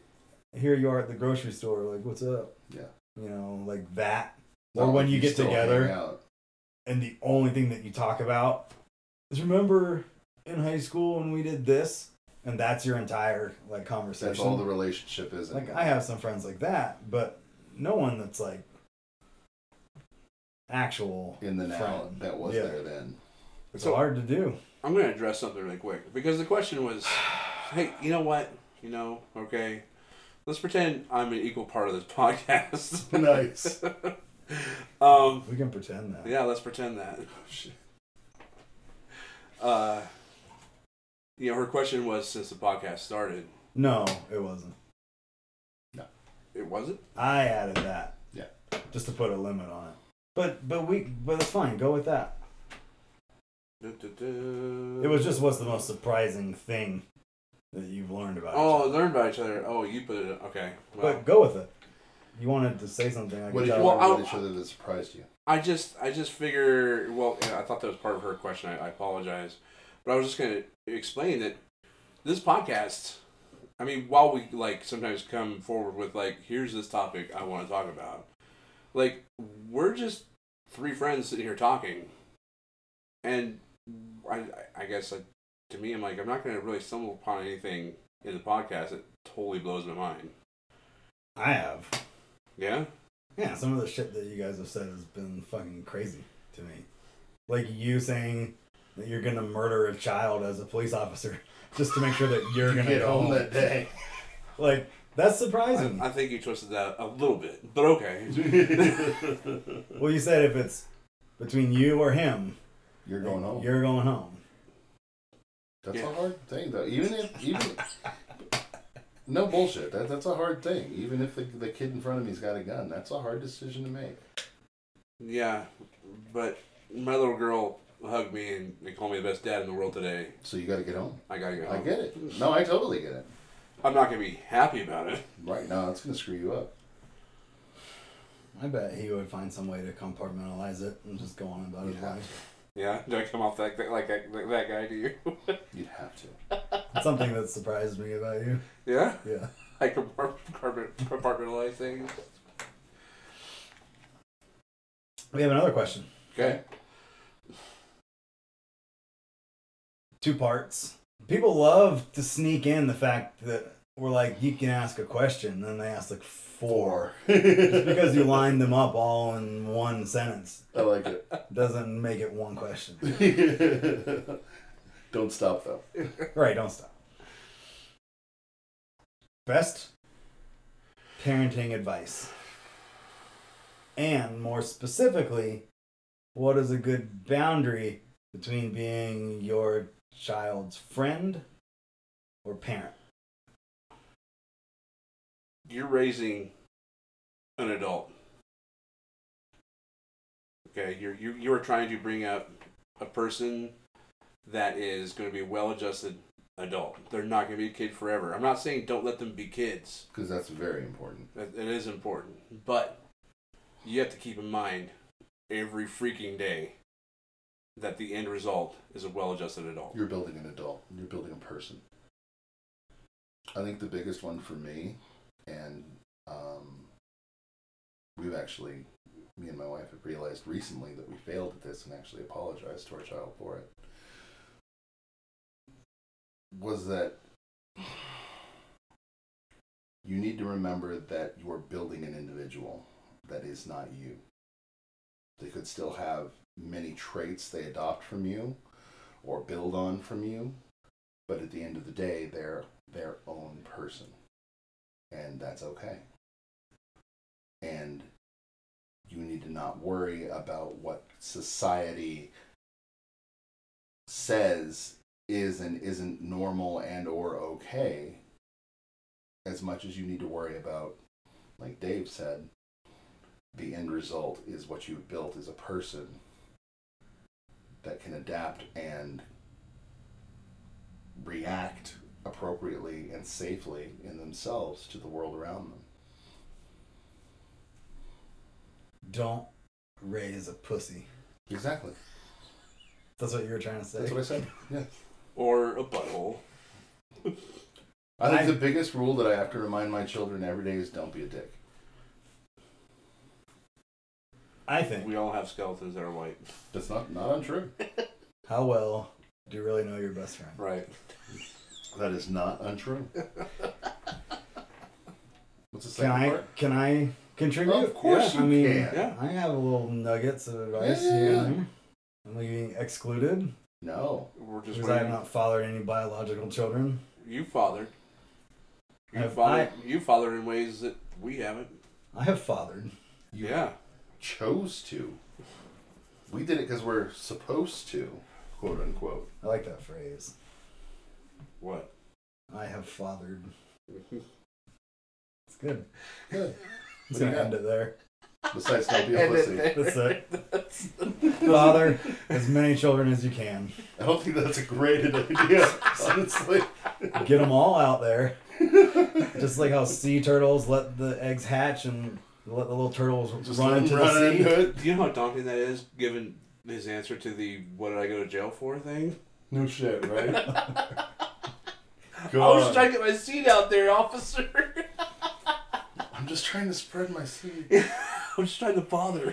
S2: here you are at the grocery store. Like, what's up?
S3: Yeah.
S2: You know, like that.
S3: Not
S2: or when
S3: like
S2: you get
S3: still hang
S2: together,
S3: out.
S2: and the only thing that you talk about is remember in high school when we did this and that's your entire like conversation
S3: That's all the relationship is.
S2: like i have some friends like that but no one that's like actual
S3: in the now
S2: friend.
S3: that was
S2: Yeah.
S3: there then.
S2: it's
S1: So-
S2: hard to do
S1: I'm gonna address something really quick because the question was, hey, you know what? You know, okay, let's pretend I'm an equal part of this podcast.
S3: Nice.
S1: um,
S2: we can pretend that
S1: yeah, let's pretend that. Uh, you know, her question was since the podcast started,
S2: no it wasn't
S1: it wasn't.
S2: i added that
S3: Yeah.
S2: just to put a limit on it but but we but it's fine go with that
S1: It
S2: it was just what's the most surprising thing that you've learned about each
S1: Oh,
S2: other.
S1: learn about each other. Oh, you put it. Okay. Well,
S2: but go with it you wanted to say something i
S3: What
S2: could
S3: did
S2: tell
S3: you
S1: Well,
S3: learn
S1: I'll-
S3: about each other that surprised you?
S1: I just, I just figure. Well, yeah, I thought that was part of her question. I, I apologize, but I was just gonna explain that this podcast. I mean, while we like sometimes come forward with like, here's this topic I want to talk about. Like, we're just three friends sitting here talking, and I, I- I guess like, to me, I'm like, I'm not gonna really stumble upon anything in the podcast that totally blows my mind.
S3: Oh.
S2: I have.
S1: Yeah.
S2: Yeah, some of the shit that you guys have said has been fucking crazy to me. Like you saying that you're gonna murder a child as a police officer just to make sure that you're gonna
S3: get
S2: go
S3: home that day.
S2: Like that's
S1: I,
S2: surprising.
S1: I think you twisted that a little bit, but okay.
S2: well, you said if it's between you or him,
S3: You're going home.
S2: You're going home.
S3: That's
S1: Yeah.
S3: a hard thing, though. Even if, even no bullshit. That that's a hard thing. Even if the, the kid in front of me's got a gun, that's a hard decision to make.
S1: Yeah, but my little girl hugged me and they called me the best dad in the world today.
S3: So you got to get home.
S1: I gotta go.
S3: I
S1: home.
S3: get it. No, I totally get it.
S1: I'm not gonna be happy about it.
S3: Right now, it's gonna screw you up.
S2: I bet he would find some way to compartmentalize it and just go on about
S3: You'd
S2: his
S3: have
S2: life.
S3: to.
S1: Yeah, do I come off that like that, like that guy to you?
S3: You'd have to.
S2: It's something that surprised me about you.
S1: Yeah,
S2: Yeah.
S1: I compart- compartment- compartmentalize things.
S2: We have another question.
S1: Okay.
S2: two parts. People love to sneak in the fact that we're like, you can ask a question, and then they ask like four. Just because you lined them up all in one sentence
S3: I like it.
S2: doesn't make it one question.
S3: Don't stop though.
S2: Right, don't stop. Best parenting advice. And more specifically, what is a good boundary between being your child's friend or parent?
S1: You're raising an adult. Okay, you're you you are trying to bring up a person that is going to be a well-adjusted adult. They're not going to be a kid forever. I'm not saying don't let them be kids.
S3: Because that's very important.
S1: That, that is important. But you have to keep in mind every freaking day that the end result is a well adjusted adult.
S3: You're building an adult. You're building a person. I think the biggest one for me, and um, we've actually, me and my wife have realized recently that we failed at this and actually apologized to our child for it, was that you need to remember that you're building an individual that is not you. They could still have many traits they adopt from you or build on from you, but at the end of the day, they're their own person, and that's okay. And you need to not worry about what society says is and isn't normal and or okay as much as you need to worry about like dave said the end result is what you've built as a person that can adapt and react appropriately and safely in themselves to the world around them
S2: Don't raise a pussy.
S3: exactly
S2: That's what you were trying to say.
S3: that's what i said yeah
S1: or a butthole.
S3: I think
S2: I-
S3: the biggest rule that I have to remind my children every day is don't be a dick.
S2: I think.
S1: We all have skeletons that are white.
S3: That's not not untrue.
S2: How well do you really know your best friend?
S1: Right.
S3: That is not untrue. What's the
S2: Can
S3: second
S2: I
S3: part?
S2: can I contribute?
S3: of course
S2: Yeah,
S3: you
S2: I mean,
S3: can.
S1: Yeah.
S2: I have a little nuggets of advice
S3: Yeah.
S2: here and there. I'm being excluded
S3: No.
S1: We're just
S2: because I have
S1: waiting.
S2: not fathered any biological children.
S1: You fathered. You
S2: Have
S1: fathered. You fathered in ways that we haven't.
S2: I have fathered.
S3: You-
S1: Yeah.
S3: Chose to. We did it because we're supposed to, quote unquote.
S2: I like that phrase.
S1: What?
S2: I have fathered. It's good.
S3: Good.
S2: It's
S3: What do you
S2: gonna
S3: got?
S2: end it there.
S3: Besides, don't be a
S1: End it
S3: pussy.
S1: there.
S2: That's it. Father as many children as you can.
S3: I don't think that's a great idea. Honestly,
S2: Get them all out there. Just like how sea turtles let the eggs hatch and let the little turtles
S3: just
S2: run
S3: let
S2: into
S3: 'em
S2: the
S3: run
S2: sea.
S3: into it.
S1: Do you know how daunting that is, given his answer to the "What did I go to jail for?" thing?
S3: No shit, right?
S1: I was
S3: God.
S1: just trying to get my seat out there, officer.
S3: I'm just trying to spread my seed.
S1: I'm just trying to bother.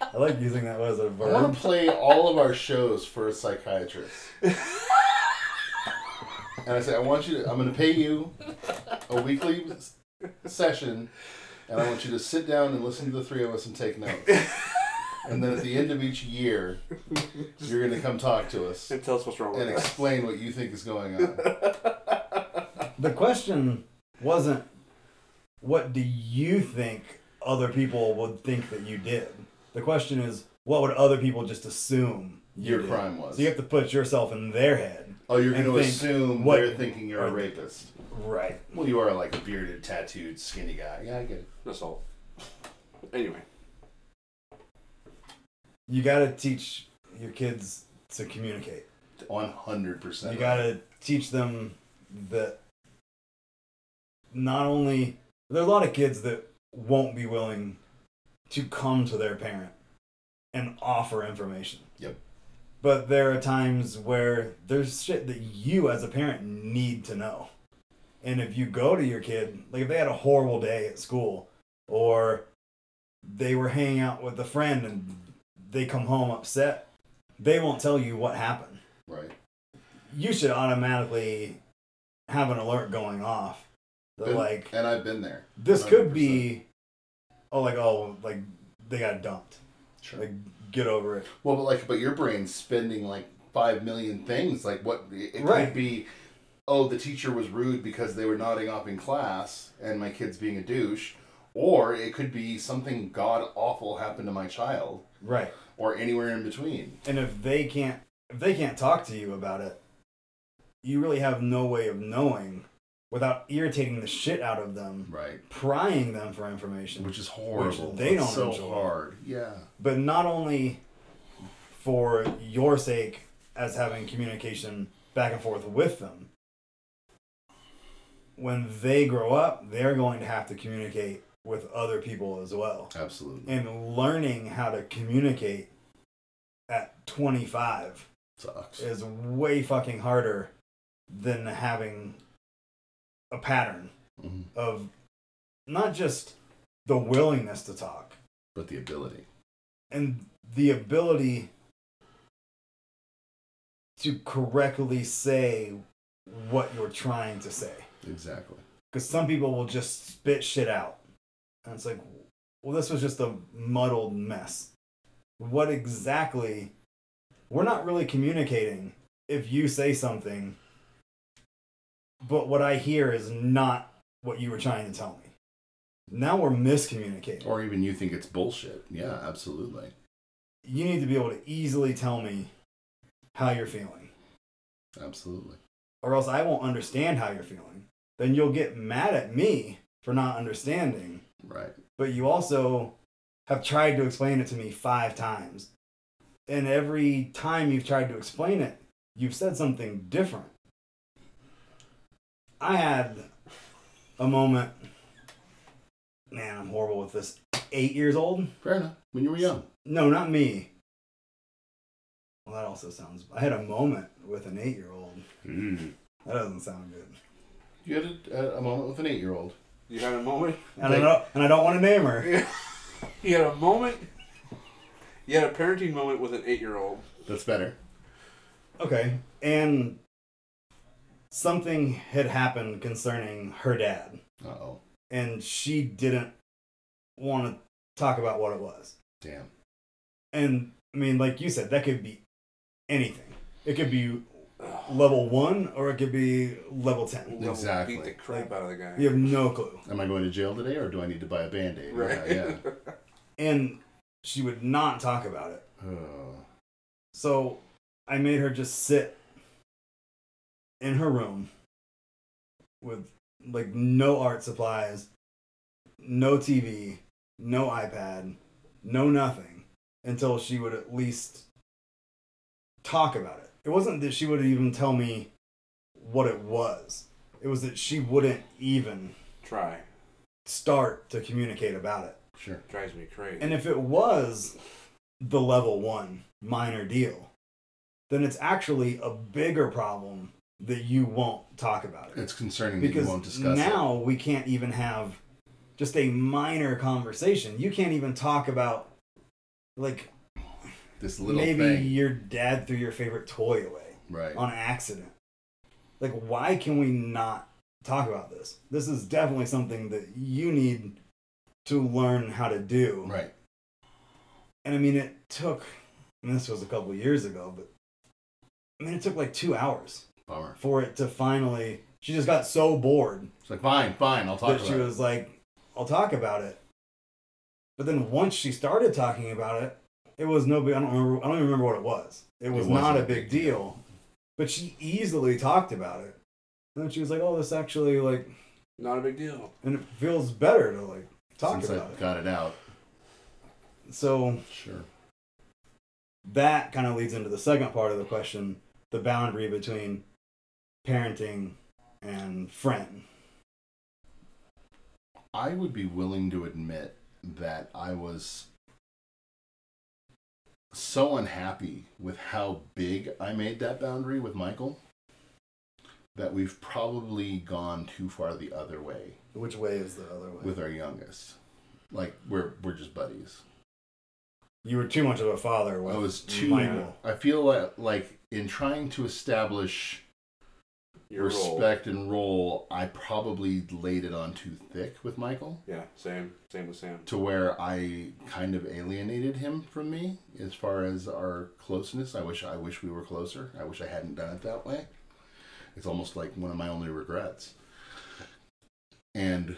S2: I like using that as a
S3: I want
S2: verb.
S3: to play all of our shows for a psychiatrist. and I say, I want you to, I'm going to pay you a weekly s- session, and I want you to sit down and listen to the three of us and take notes. And then at the end of each year, you're going to come talk to us
S1: And tell us what's wrong with
S3: and
S1: us.
S3: explain what you think is going on.
S2: The question wasn't what do you think other people would think that you did? The question is what would other people just assume you
S3: Your
S2: did?
S3: crime was.
S2: So you have to put yourself in their head.
S3: Oh, you're
S2: and
S3: going to
S2: think
S3: assume
S2: what-
S3: they're thinking you're a
S2: or-
S3: rapist.
S2: Right.
S3: Well, you are like a bearded, tattooed, skinny guy. Yeah, I get it.
S1: That's all. Anyway,
S2: You got to teach your kids to communicate.
S3: 100%.
S2: You gotta teach them that not only there are a lot of kids that won't be willing to come to their parent and offer information.
S3: Yep.
S2: But there are times where there's shit that you as a parent need to know. And if you go to your kid, like if they had a horrible day at school or they were hanging out with a friend and they come home upset, they won't tell you what happened
S3: Right.
S2: you should automatically have an alert going off that
S3: Been-
S2: like
S3: And I've been there.
S2: this could be oh like oh like they got dumped
S3: Sure.
S2: like get over it
S3: Well, but like, but your brain's spending like five million things. Like, what it
S2: Right.
S3: could be? Oh, the teacher was rude because they were nodding off in class, and my kid's being a douche. Or it could be something god awful happened to my child,
S2: right
S3: or anywhere in between.
S2: and if they can't if they can't talk to you about it you really have no way of knowing without irritating the shit out of them
S3: Right.
S2: prying them for information
S3: Which is horrible.
S2: Which they
S3: It's
S2: don't
S3: so
S2: enjoy.
S3: hard. Yeah.
S2: but not only for your sake as having communication back and forth with them when they grow up they're going to have to communicate with other people as well
S3: Absolutely.
S2: and learning how to communicate at 25
S3: Sucks.
S2: is way fucking harder than having a pattern
S3: Mhm.
S2: of not just the willingness to talk
S3: But the ability.
S2: and the ability to correctly say what you're trying to say.
S3: Exactly.
S2: Because some people will just spit shit out. And it's like, well, this was just a muddled mess. What exactly? We're not really communicating if you say something, but what I hear is not what you were trying to tell me. Now we're miscommunicating.
S3: Or even you think it's bullshit. Yeah, absolutely.
S2: You need to be able to easily tell me how you're feeling,
S3: Absolutely.
S2: or else I won't understand how you're feeling. Then you'll get mad at me for not understanding.
S3: Right.
S2: but you also have tried to explain it to me five times. And every time you've tried to explain it, you've said something different. I had a moment, man, I'm horrible with this. Eight years old?
S3: Fair enough. When you were young.
S2: No, not me. Well, that also sounds. I had a moment with an eight year old. That doesn't sound good.
S3: You had a, a moment with an eight year old.
S1: You had a moment.
S2: And, I, don't, and I don't want to name her.
S1: You had a moment. You had a parenting moment with an eight-year-old.
S3: That's better.
S2: Okay. And something had happened concerning her dad,
S3: Uh oh.
S2: and she didn't want to talk about what it was.
S3: Damn.
S2: And I mean, like you said, that could be anything. It could be level one or it could be level 10.
S1: Level
S3: Exactly.
S1: Beat the crap out of the guy.
S2: You have no clue.
S3: Am I going to jail today or do I need to buy a band aid?
S1: Right.
S3: Yeah.
S2: And she would not talk about it.
S3: yeah. Oh.
S2: So I made her just sit in her room with like no art supplies, no TV, no iPad, no nothing until she would at least talk about it. It wasn't that she would even tell me what it was. It was that she wouldn't even
S1: Try.
S2: start to communicate about it.
S3: Sure.
S1: Drives me crazy.
S2: And if it was the level one minor deal, then it's actually a bigger problem that you won't talk about it.
S3: It's concerning that
S2: Because
S3: you won't discuss it.
S2: now we can't even have just a minor conversation. You can't even talk about, like,
S3: This little
S2: maybe
S3: thing.
S2: your dad threw your favorite toy away
S3: Right.
S2: on accident. Like, why can we not talk about this? This is definitely something that you need to learn how to do
S3: Right.
S2: and I mean, it took. And this was a couple years ago, but I mean, it took like two hours
S3: Bummer.
S2: for it to finally. She just got so bored
S3: It's like, fine, fine. I'll talk
S2: that
S3: to
S2: she
S3: you.
S2: was like, "I'll talk about it." But then once she started talking about it, it was no big. I don't remember. I don't even remember what it was. It was
S3: wasn't
S2: not a
S3: a
S2: big
S3: big
S2: deal, but she easily talked about it. And then she was like, "Oh, this actually like,"
S1: Not a big deal.
S2: and it feels better to like talk
S3: Since
S2: about
S3: I got it out.
S2: it. So
S3: Sure.
S2: that kind of leads into the second part of the question the boundary between parenting and friend
S3: I would be willing to admit that I was so unhappy with how big I made that boundary with Michael that we've probably gone too far the other way
S2: which way is the other way
S3: with our youngest. Like we're we're just buddies.
S2: you were too much of a father with
S3: I was too.
S2: Michael.
S3: I feel like like in trying to establish
S1: Your role.
S3: respect and role, I probably laid it on too thick with Michael.
S1: Yeah. Same. Same with Sam.
S3: to where I kind of alienated him from me as far as our closeness. I wish I wish we were closer. I wish I hadn't done it that way. It's almost like one of my only regrets. And
S1: They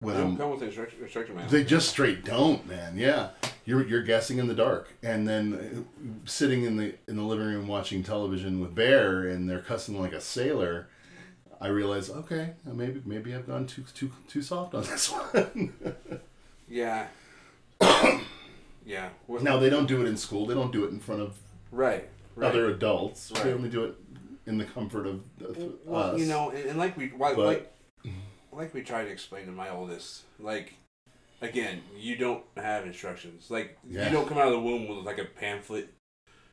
S3: when
S1: don't
S3: I'm,
S1: come with instruction, instruction manual.
S3: they just straight don't, man. Yeah, you're you're guessing in the dark, and then uh, sitting in the in the living room watching television with Bear, and they're cussing like a sailor. I realize, okay, maybe maybe I've gone too too too soft on this one.
S1: yeah. yeah. What-
S3: Now they don't do it in school. They don't do it in front of
S1: right. Right.
S3: other adults.
S1: Right.
S3: They only do it in the comfort of uh,
S1: well,
S3: us.
S1: you know, and, and like we why,
S3: But-
S1: like like we tried to explain to my oldest, like again, you don't have instructions. Like
S3: Yeah.
S1: you don't come out of the womb with like a pamphlet.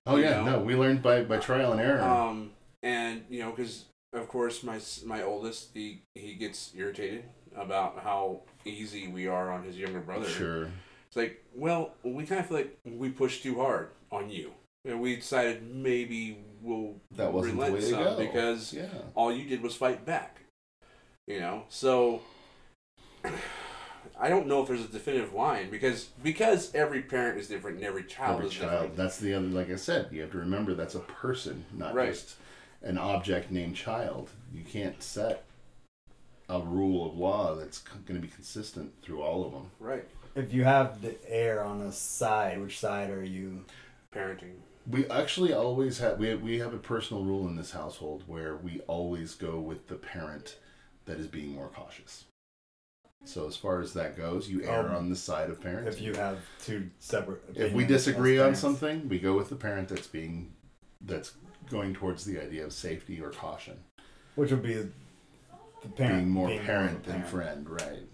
S3: oh
S1: you
S3: yeah,
S1: know.
S3: no, we learned by, by trial and error.
S1: Um, and you know, because of course my s- my oldest he he gets irritated about how easy we are on his younger brother.
S3: sure.
S1: It's like, well, we kind of feel like we pushed too hard on you, and we decided maybe we'll
S3: That wasn't the
S1: relent
S3: way to
S1: some
S3: go.
S1: because
S3: yeah,
S1: all you did was fight back. You know, so I don't know if there's a definitive line because because every parent is different and every child
S3: every
S1: is
S3: child.
S1: different.
S3: That's the other. Like I said, you have to remember that's a person, not
S1: Right.
S3: just an object named child. You can't set a rule of law that's going to be consistent through all of them.
S1: Right.
S2: If you have the air on a side, which side are you?
S1: Parenting.
S3: We actually always have we we have a personal rule in this household where we always go with the parent that is being more cautious. So as far as that goes, you err
S2: Um,
S3: on the side of parents.
S2: If you have two separate.
S3: if we
S2: opinions
S3: disagree
S2: as
S3: on
S2: parents.
S3: something, we go with the parent that's being that's going towards the idea of safety or caution,
S2: which would be the parent
S3: being more
S2: of
S3: parent
S2: a
S3: than friend, right?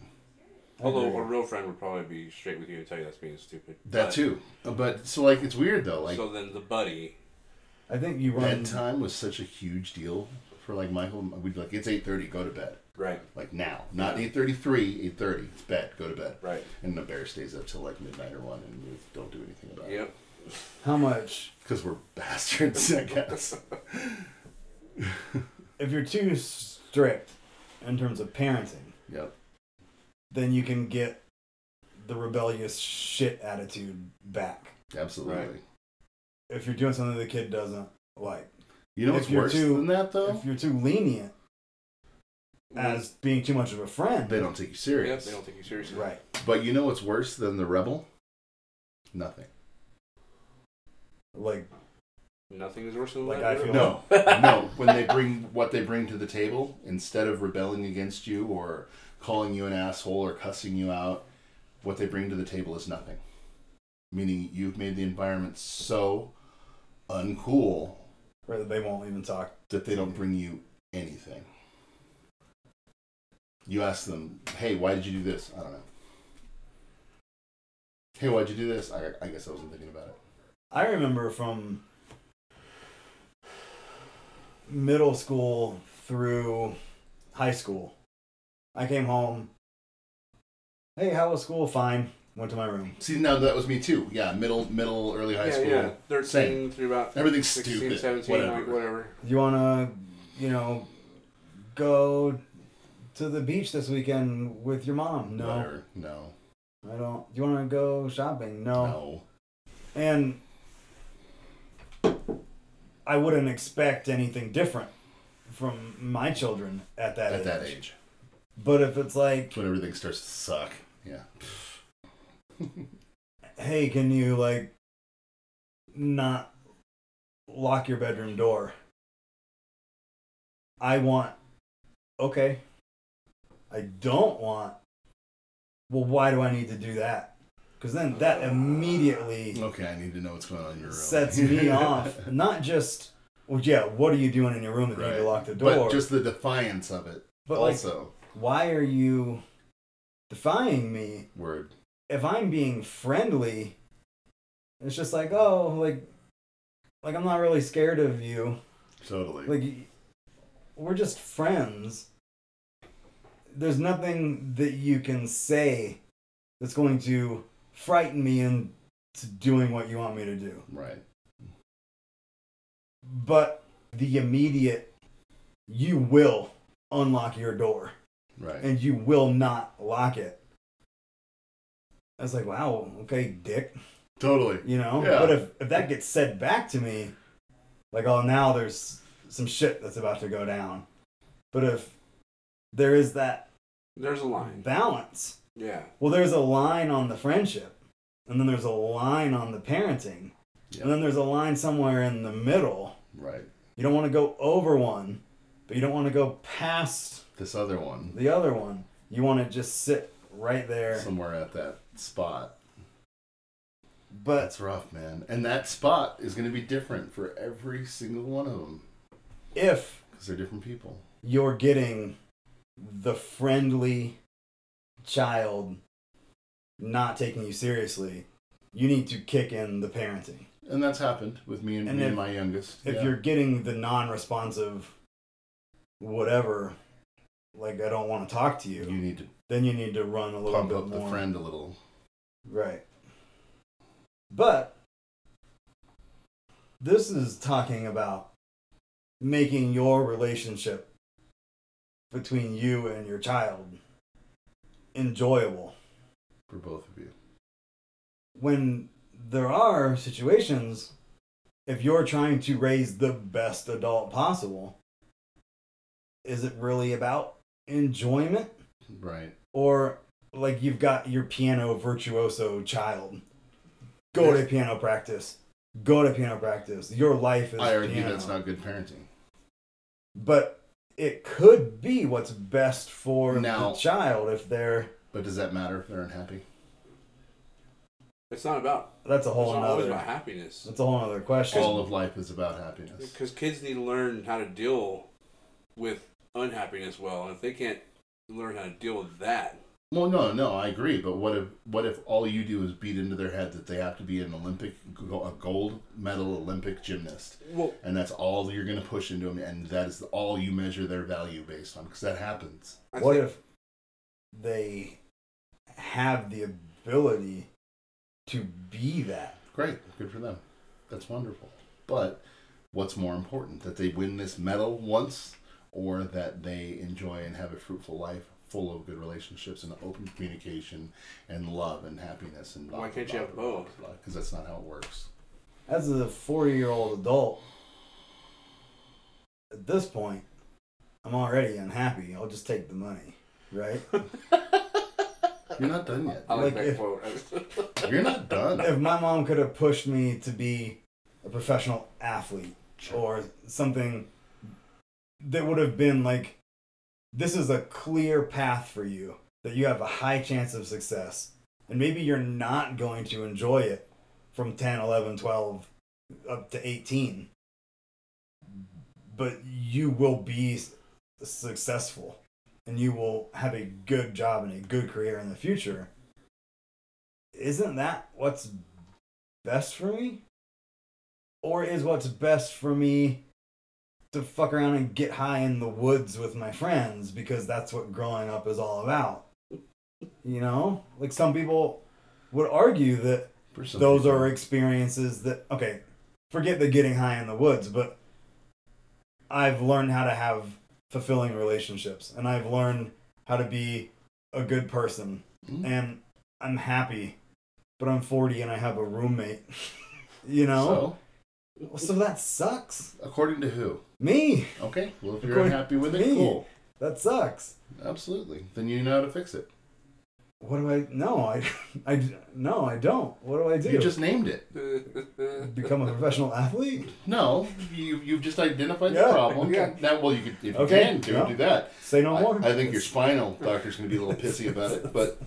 S2: I
S1: Although
S2: agree.
S1: a real friend would probably be straight with you and tell you that's being stupid.
S3: That
S1: But-
S3: too. But so like it's weird though. Like
S1: so then the buddy.
S2: I think you run.
S3: bedtime was such a huge deal for like Michael. We'd be like it's eight thirty, go to bed.
S1: Right.
S3: like now, not eight thirty three, eight thirty. It's bed, go to bed.
S1: Right.
S3: And the bear stays up till like midnight or one, and we don't do anything about it
S1: Yep.
S2: How much?
S3: because we're bastards, I guess.
S2: If you're too strict in terms of parenting,
S3: yep.
S2: then you can get the rebellious shit attitude back.
S3: Absolutely.
S1: Right.
S2: If you're doing something the kid doesn't like,
S3: You know
S2: If
S3: what's
S2: you're
S3: worse
S2: too-
S3: than that though?
S2: if you're too lenient
S1: Mm.
S2: as being too much of a friend,
S3: They don't take you
S1: Yep,
S3: serious.
S1: they don't take you seriously.
S2: right?
S3: But you know what's worse than the rebel? Nothing.
S2: Like
S1: Nothing is worse than
S2: Like,
S1: that.
S2: I feel-
S3: No, no. When they bring what they bring to the table, instead of rebelling against you or calling you an asshole or cussing you out, what they bring to the table is nothing. Meaning you've made the environment so uncool
S2: where they won't even talk.
S3: that they don't bring you anything. You ask them, hey, why did you do this? I don't know. Hey, why'd you do this? I, I guess I wasn't thinking about it.
S2: I remember from middle school through high school. I came home. Hey, how was school? Fine. Went to my room.
S3: See, now that was me too. Yeah, middle, middle, early high
S1: yeah,
S3: school.
S1: yeah. 13
S3: Same.
S1: through about
S3: Everything's
S1: 16,
S3: stupid.
S1: 17,
S3: whatever.
S1: like whatever.
S2: You wanna, you know, go to the beach this weekend with your mom? No,
S3: Whatever. No.
S2: I don't. You wanna go shopping?
S3: No.
S2: no. And I wouldn't expect anything different from my children at that
S3: At
S2: age.
S3: that age.
S2: But if it's like,
S3: It's when everything starts to suck. Yeah.
S2: hey, can you like not lock your bedroom door? I want okay. I don't want well, why do I need to do that? Cuz then that immediately
S3: Okay, I need to know what's going on in your room.
S2: sets me off. Not just, well, yeah, what are you doing in your room that you need
S3: Right.
S2: to lock the door?
S3: But just the defiance of it.
S2: But, like,
S3: also,
S2: why are you defying me
S3: word.
S2: if I'm being friendly? It's just like, oh, like, like I'm not really scared of you.
S3: Totally.
S2: Like, y- we're just friends. There's nothing that you can say that's going to frighten me into doing what you want me to do.
S3: right.
S2: but the immediate you will unlock your door
S3: Right.
S2: and you will not lock it i was like wow okay dick
S3: totally.
S2: you know
S3: Yeah.
S2: but if, if that gets said back to me like oh now there's some shit that's about to go down but if there is that
S1: There's a line.
S2: balance
S1: Yeah.
S2: well there's a line on the friendship and then there's a line on the parenting
S3: Yeah.
S2: and then there's a line somewhere in the middle
S3: Right.
S2: You don't want to go over one, but you don't want to go past
S3: This other one,
S2: the other one. You want to just sit right there.
S3: somewhere at that spot.
S2: but
S3: That's rough, man. And that spot is going to be different for every single one of them
S2: if
S3: because they're different people.
S2: you're getting the friendly child not taking you seriously, you need to kick in the parenting.
S3: And that's happened with me and,
S2: And
S3: me
S2: if-
S3: and my youngest.
S2: If
S3: Yeah.
S2: you're getting the non responsive whatever, like I don't want to talk to you,
S3: you need to
S2: then you need to run a little
S3: pump
S2: bit
S3: up
S2: more.
S3: the friend a little.
S2: Right. But this is talking about making your relationship between you and your child enjoyable
S3: for both of you.
S2: when there are situations, if you're trying to raise the best adult possible, is it really about enjoyment?
S3: Right.
S2: Or like you've got your piano virtuoso child. Go to piano practice. Go to piano practice. Your life is
S3: I argue
S2: piano.
S3: that's not good parenting.
S2: But it could be what's best for
S3: Now-
S2: the child if they're
S3: But does that matter if they're unhappy?
S1: It's not about.
S2: that's a
S1: It's
S2: whole
S1: not always about
S2: nother
S1: happiness.
S2: that's a whole other question.
S3: All of life is about happiness.
S1: Because kids need to learn how to deal with unhappiness well, and if they can't learn how to deal with that,
S3: Well, no, no, I agree. But what if what if all you do is beat into their head that they have to be an Olympic, go- a gold medal Olympic gymnast,
S1: well,
S3: and that's all that you're going to push into them, and that is all you measure their value based on? Because that happens.
S1: I
S2: what
S1: think
S2: if they have the ability to be that?
S3: Great, good for them. That's wonderful. But what's more important, that they win this medal once, or that they enjoy and have a fruitful life full of good relationships and open communication and love and happiness and
S1: Why can't you have both?
S3: Because that's not how it works.
S2: As a 40 year old adult, at this point, I'm already unhappy. I'll just take the money, right?
S3: You're not done yet.
S1: I like
S2: like
S1: that
S2: if-
S1: quote.
S3: You're not done.
S2: if my mom could have pushed me to be a professional athlete or something that would have been like, this is a clear path for you, that you have a high chance of success. And maybe you're not going to enjoy it from 10, 11, 12, up to 18. But you will be s- successful and you will have a good job and a good career in the future. Isn't that what's best for me? Or is what's best for me to fuck around and get high in the woods with my friends because that's what growing up is all about? You know? Like some people would argue that
S3: For some
S2: those
S3: people.
S2: are experiences that okay forget the getting high in the woods but i've learned how to have fulfilling relationships and i've learned how to be a good person
S3: Mm.
S2: and i'm happy but i'm 40 and i have a roommate you know
S3: So,
S2: so, that sucks
S3: according to who?
S2: me
S3: Okay. Well, if you're
S2: According
S3: unhappy with
S2: to
S3: it,
S2: me.
S3: cool.
S2: that sucks
S3: Absolutely. Then you know how to fix it.
S2: what do i no i i no i don't what do i do
S3: You just named it.
S2: become a professional athlete
S3: No, you you've just identified
S2: Yeah,
S3: the problem.
S1: yeah.
S3: Now, well, you could if
S2: Okay,
S3: you can do
S2: no.
S3: do that.
S2: say no
S3: I-
S2: more
S3: I, think your spinal doctor's going to be a little pissy about it, but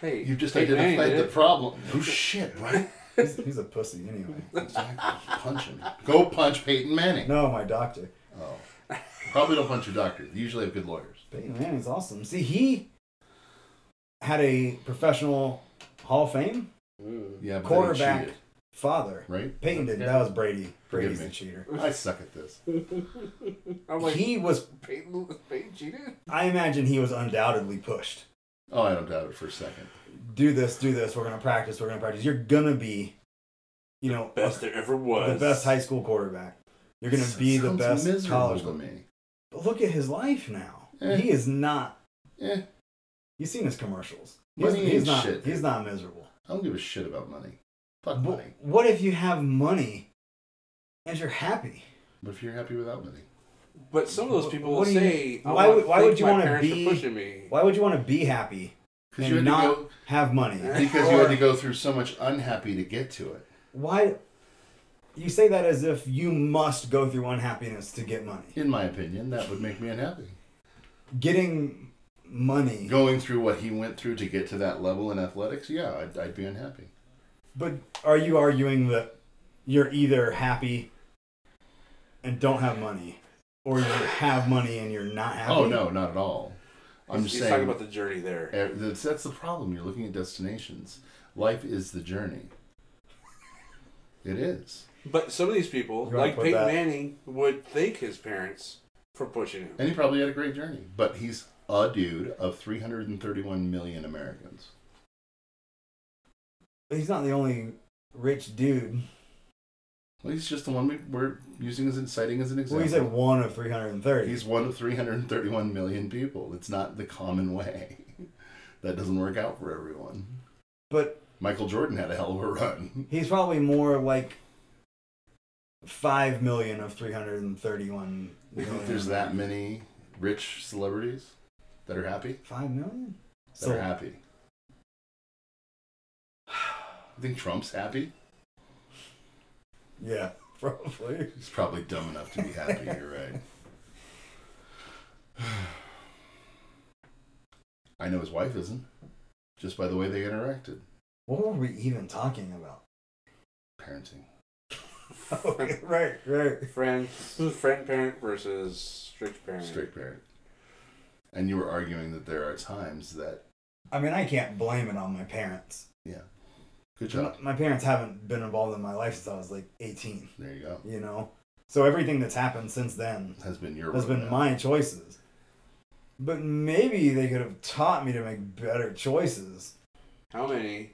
S1: hey,
S3: you've just
S1: hey, man,
S3: identified the
S1: dude.
S3: problem. Oh shit! Right?
S2: he's, he's a pussy anyway
S3: Exactly. Punch him. Go punch Peyton Manning.
S2: no my doctor
S3: Oh, probably don't punch your doctor. They usually have good lawyers.
S2: Peyton Manning's awesome. See, he had a professional Hall of Fame
S1: Mm.
S3: Yeah, but they
S2: Quarterback.
S3: cheated,
S2: father.
S3: right?
S2: Peyton did.
S3: Yeah.
S2: not That was Brady.
S3: Forgive
S2: Brady's
S3: me.
S2: the cheater.
S3: I suck at this.
S1: Mm. I'm like,
S2: he was.
S1: Peyton, Peyton cheated?
S2: I imagine he was undoubtedly pushed.
S3: Oh, I don't doubt it for a second.
S2: Do this. Do this. We're gonna practice. We're gonna practice. You're gonna be, you know,
S1: Best there ever was.
S2: the best high school quarterback. You're gonna be the
S3: Sounds
S2: best
S3: miserable
S2: college.
S3: to
S2: quarterback.
S3: me.
S2: But look at his life now.
S3: Eh.
S2: He is not.
S3: Eh,
S2: You've seen his commercials. He's,
S3: Money
S2: he's
S3: ain't
S2: not.
S3: shit.
S2: He's not miserable.
S3: I don't give a shit about money. Fuck
S2: But
S3: money.
S2: what if you have money, and you're happy?
S3: But if you're happy without money,
S1: But some of those people will
S2: What do you-
S1: say, I
S2: why
S1: wanna
S2: would- why
S1: thank
S2: would you
S1: my
S2: wanna
S1: parents
S2: be-
S1: for pushing me?
S2: Why would you want to be happy
S3: because you
S2: and
S3: had
S2: not
S3: to go
S2: have money?
S3: Because you had to
S2: Or
S3: go through so much unhappy to get to it.
S2: Why? You say that as if you must go through unhappiness to get money.
S3: In my opinion, that would make me unhappy.
S2: Getting money,
S3: Going through what he went through to get to that level in athletics, yeah, I'd, I'd be unhappy.
S2: but are you arguing that you're either happy and don't have money, or you have money and you're not happy?
S3: Oh no, not at all. I'm
S1: he's,
S3: just
S1: he's talking
S3: saying
S1: about the journey there.
S3: eh, that's, that's the problem. You're looking at destinations. Life is the journey. It is,
S1: But some of these people,
S2: You wanna
S1: like
S2: put
S1: Peyton
S2: that-
S1: Manning, would thank his parents for pushing him.
S3: and he probably had a great journey. But he's a dude of 331 million Americans.
S2: But he's not the only rich dude.
S3: Well, he's just the one we, we're using as inciting as an
S2: Well,
S3: example.
S2: he's at one of three hundred and thirty.
S3: He's one of 331 million people. It's not the common way. that doesn't work out for everyone.
S2: But
S3: Michael Jordan had a hell of a run.
S2: he's probably more like five million of three hundred and thirty-one.
S3: You think there's that many rich celebrities that are happy?
S2: five million.
S3: That
S2: So
S3: are happy. You think Trump's happy?
S2: yeah, probably.
S3: He's probably dumb enough to be happy. You're right. I know his wife isn't, just by the way they interacted.
S2: What were we even talking about?
S3: Parenting.
S2: Okay, right, right.
S1: Friend, this is friend parent versus strict parent.
S3: Straight parent. And you were arguing that there are times that.
S2: I mean, I can't blame it on my parents.
S3: Good
S2: My,
S3: job.
S2: my parents haven't been involved in my life since I was like 18,
S3: There you go.
S2: you know? So everything that's happened since then
S3: Has been your.
S2: has been
S3: roadmap.
S2: my choices. But maybe they could have taught me to make better choices.
S1: How many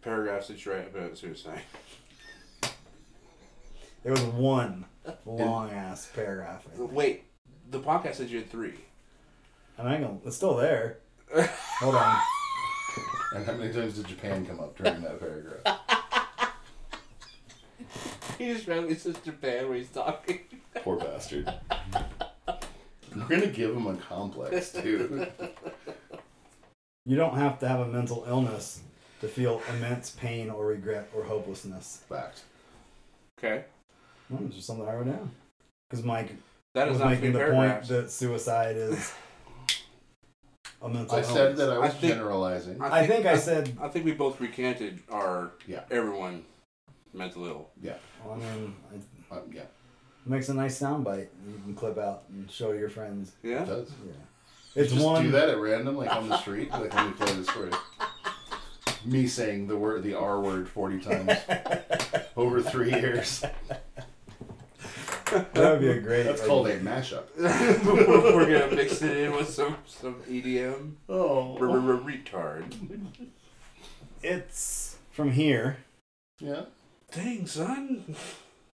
S1: paragraphs did you write about suicide?
S2: There was one long ass paragraph. I think.
S1: Wait, the podcast said you had three.
S2: And I know it's still there. Hold on.
S3: And how many times did Japan come up during that paragraph?
S1: He just randomly says Japan when he's talking.
S3: Poor bastard. We're gonna give him a complex too.
S2: You don't have to have a mental illness to feel immense pain or regret or hopelessness.
S3: Fact.
S1: Okay.
S2: Well, it's just something I wrote down. Because Mike
S1: That is
S2: was
S1: not three
S2: making the
S1: paragraphs.
S2: point that suicide is a mental
S3: I
S2: illness.
S3: said that I
S1: I
S3: was
S1: think-
S3: generalizing.
S2: I think I said,
S1: I think we both recanted our
S3: Yeah.
S1: everyone mental ill.
S2: well, I mean, it
S3: Um, yeah,
S2: makes a nice soundbite you can clip out and show your friends.
S3: it
S1: Yeah.
S3: does.
S2: Yeah. It's
S3: just
S2: one.
S3: do that at random, like on the street, like when we play this story. Me saying the word, the R word, forty times over three years.
S2: That would be a great.
S3: That's called a mashup.
S1: we're, we're gonna mix it in with some some E EDM. R-
S3: Oh,
S1: r- r- Retard.
S2: It's from here
S3: yeah.
S1: Dang son.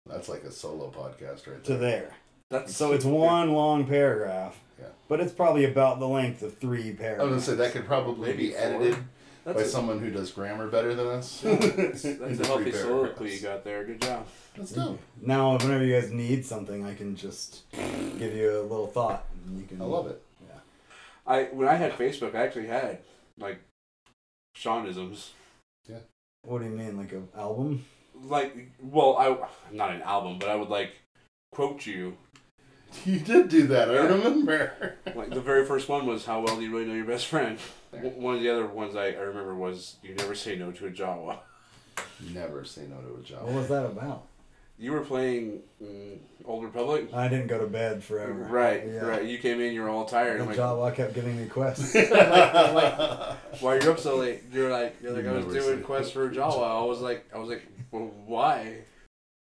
S3: That's like a solo podcast right
S2: to
S3: there.
S2: there.
S1: That's
S2: So it's one long paragraph.
S3: Yeah.
S2: But it's probably about the length of three
S3: I was gonna
S2: paragraphs.
S3: say that could probably
S1: Maybe
S3: be
S1: four.
S3: edited
S1: That's
S3: by
S1: a-
S3: someone who does grammar better than us.
S1: That's, that's
S3: Into
S1: a healthy
S3: three
S1: soliloquy you
S3: paragraphs.
S1: got there. Good job.
S3: That's dope.
S2: Now, whenever you guys need something, I can just give you a little thought. And you can.
S3: I love it.
S1: I when I had Facebook, I actually had like Seanisms.
S2: What do you mean, like an album?
S1: Like, well, I not an album, but I would like quote you.
S3: You did do that. I
S1: Yeah.
S3: remember.
S1: Like the very first one was "How well do you really know your best friend?"
S3: There.
S1: One of the other ones I, I remember was "You never say no to a Jawa."
S3: Never say no to a job.
S2: What was that about?
S1: You were playing mm, Old Republic,
S2: I didn't go to bed forever.
S1: right?
S2: Yeah.
S1: Right. You came in, you were all tired. I'm
S2: And
S1: like,
S2: Jawa kept giving me quests.
S1: why are you up so late? You're like, you're like,
S3: You
S1: I was
S3: never
S1: doing
S3: say-
S1: quests for a Jawa. I was like, I was like, well, why?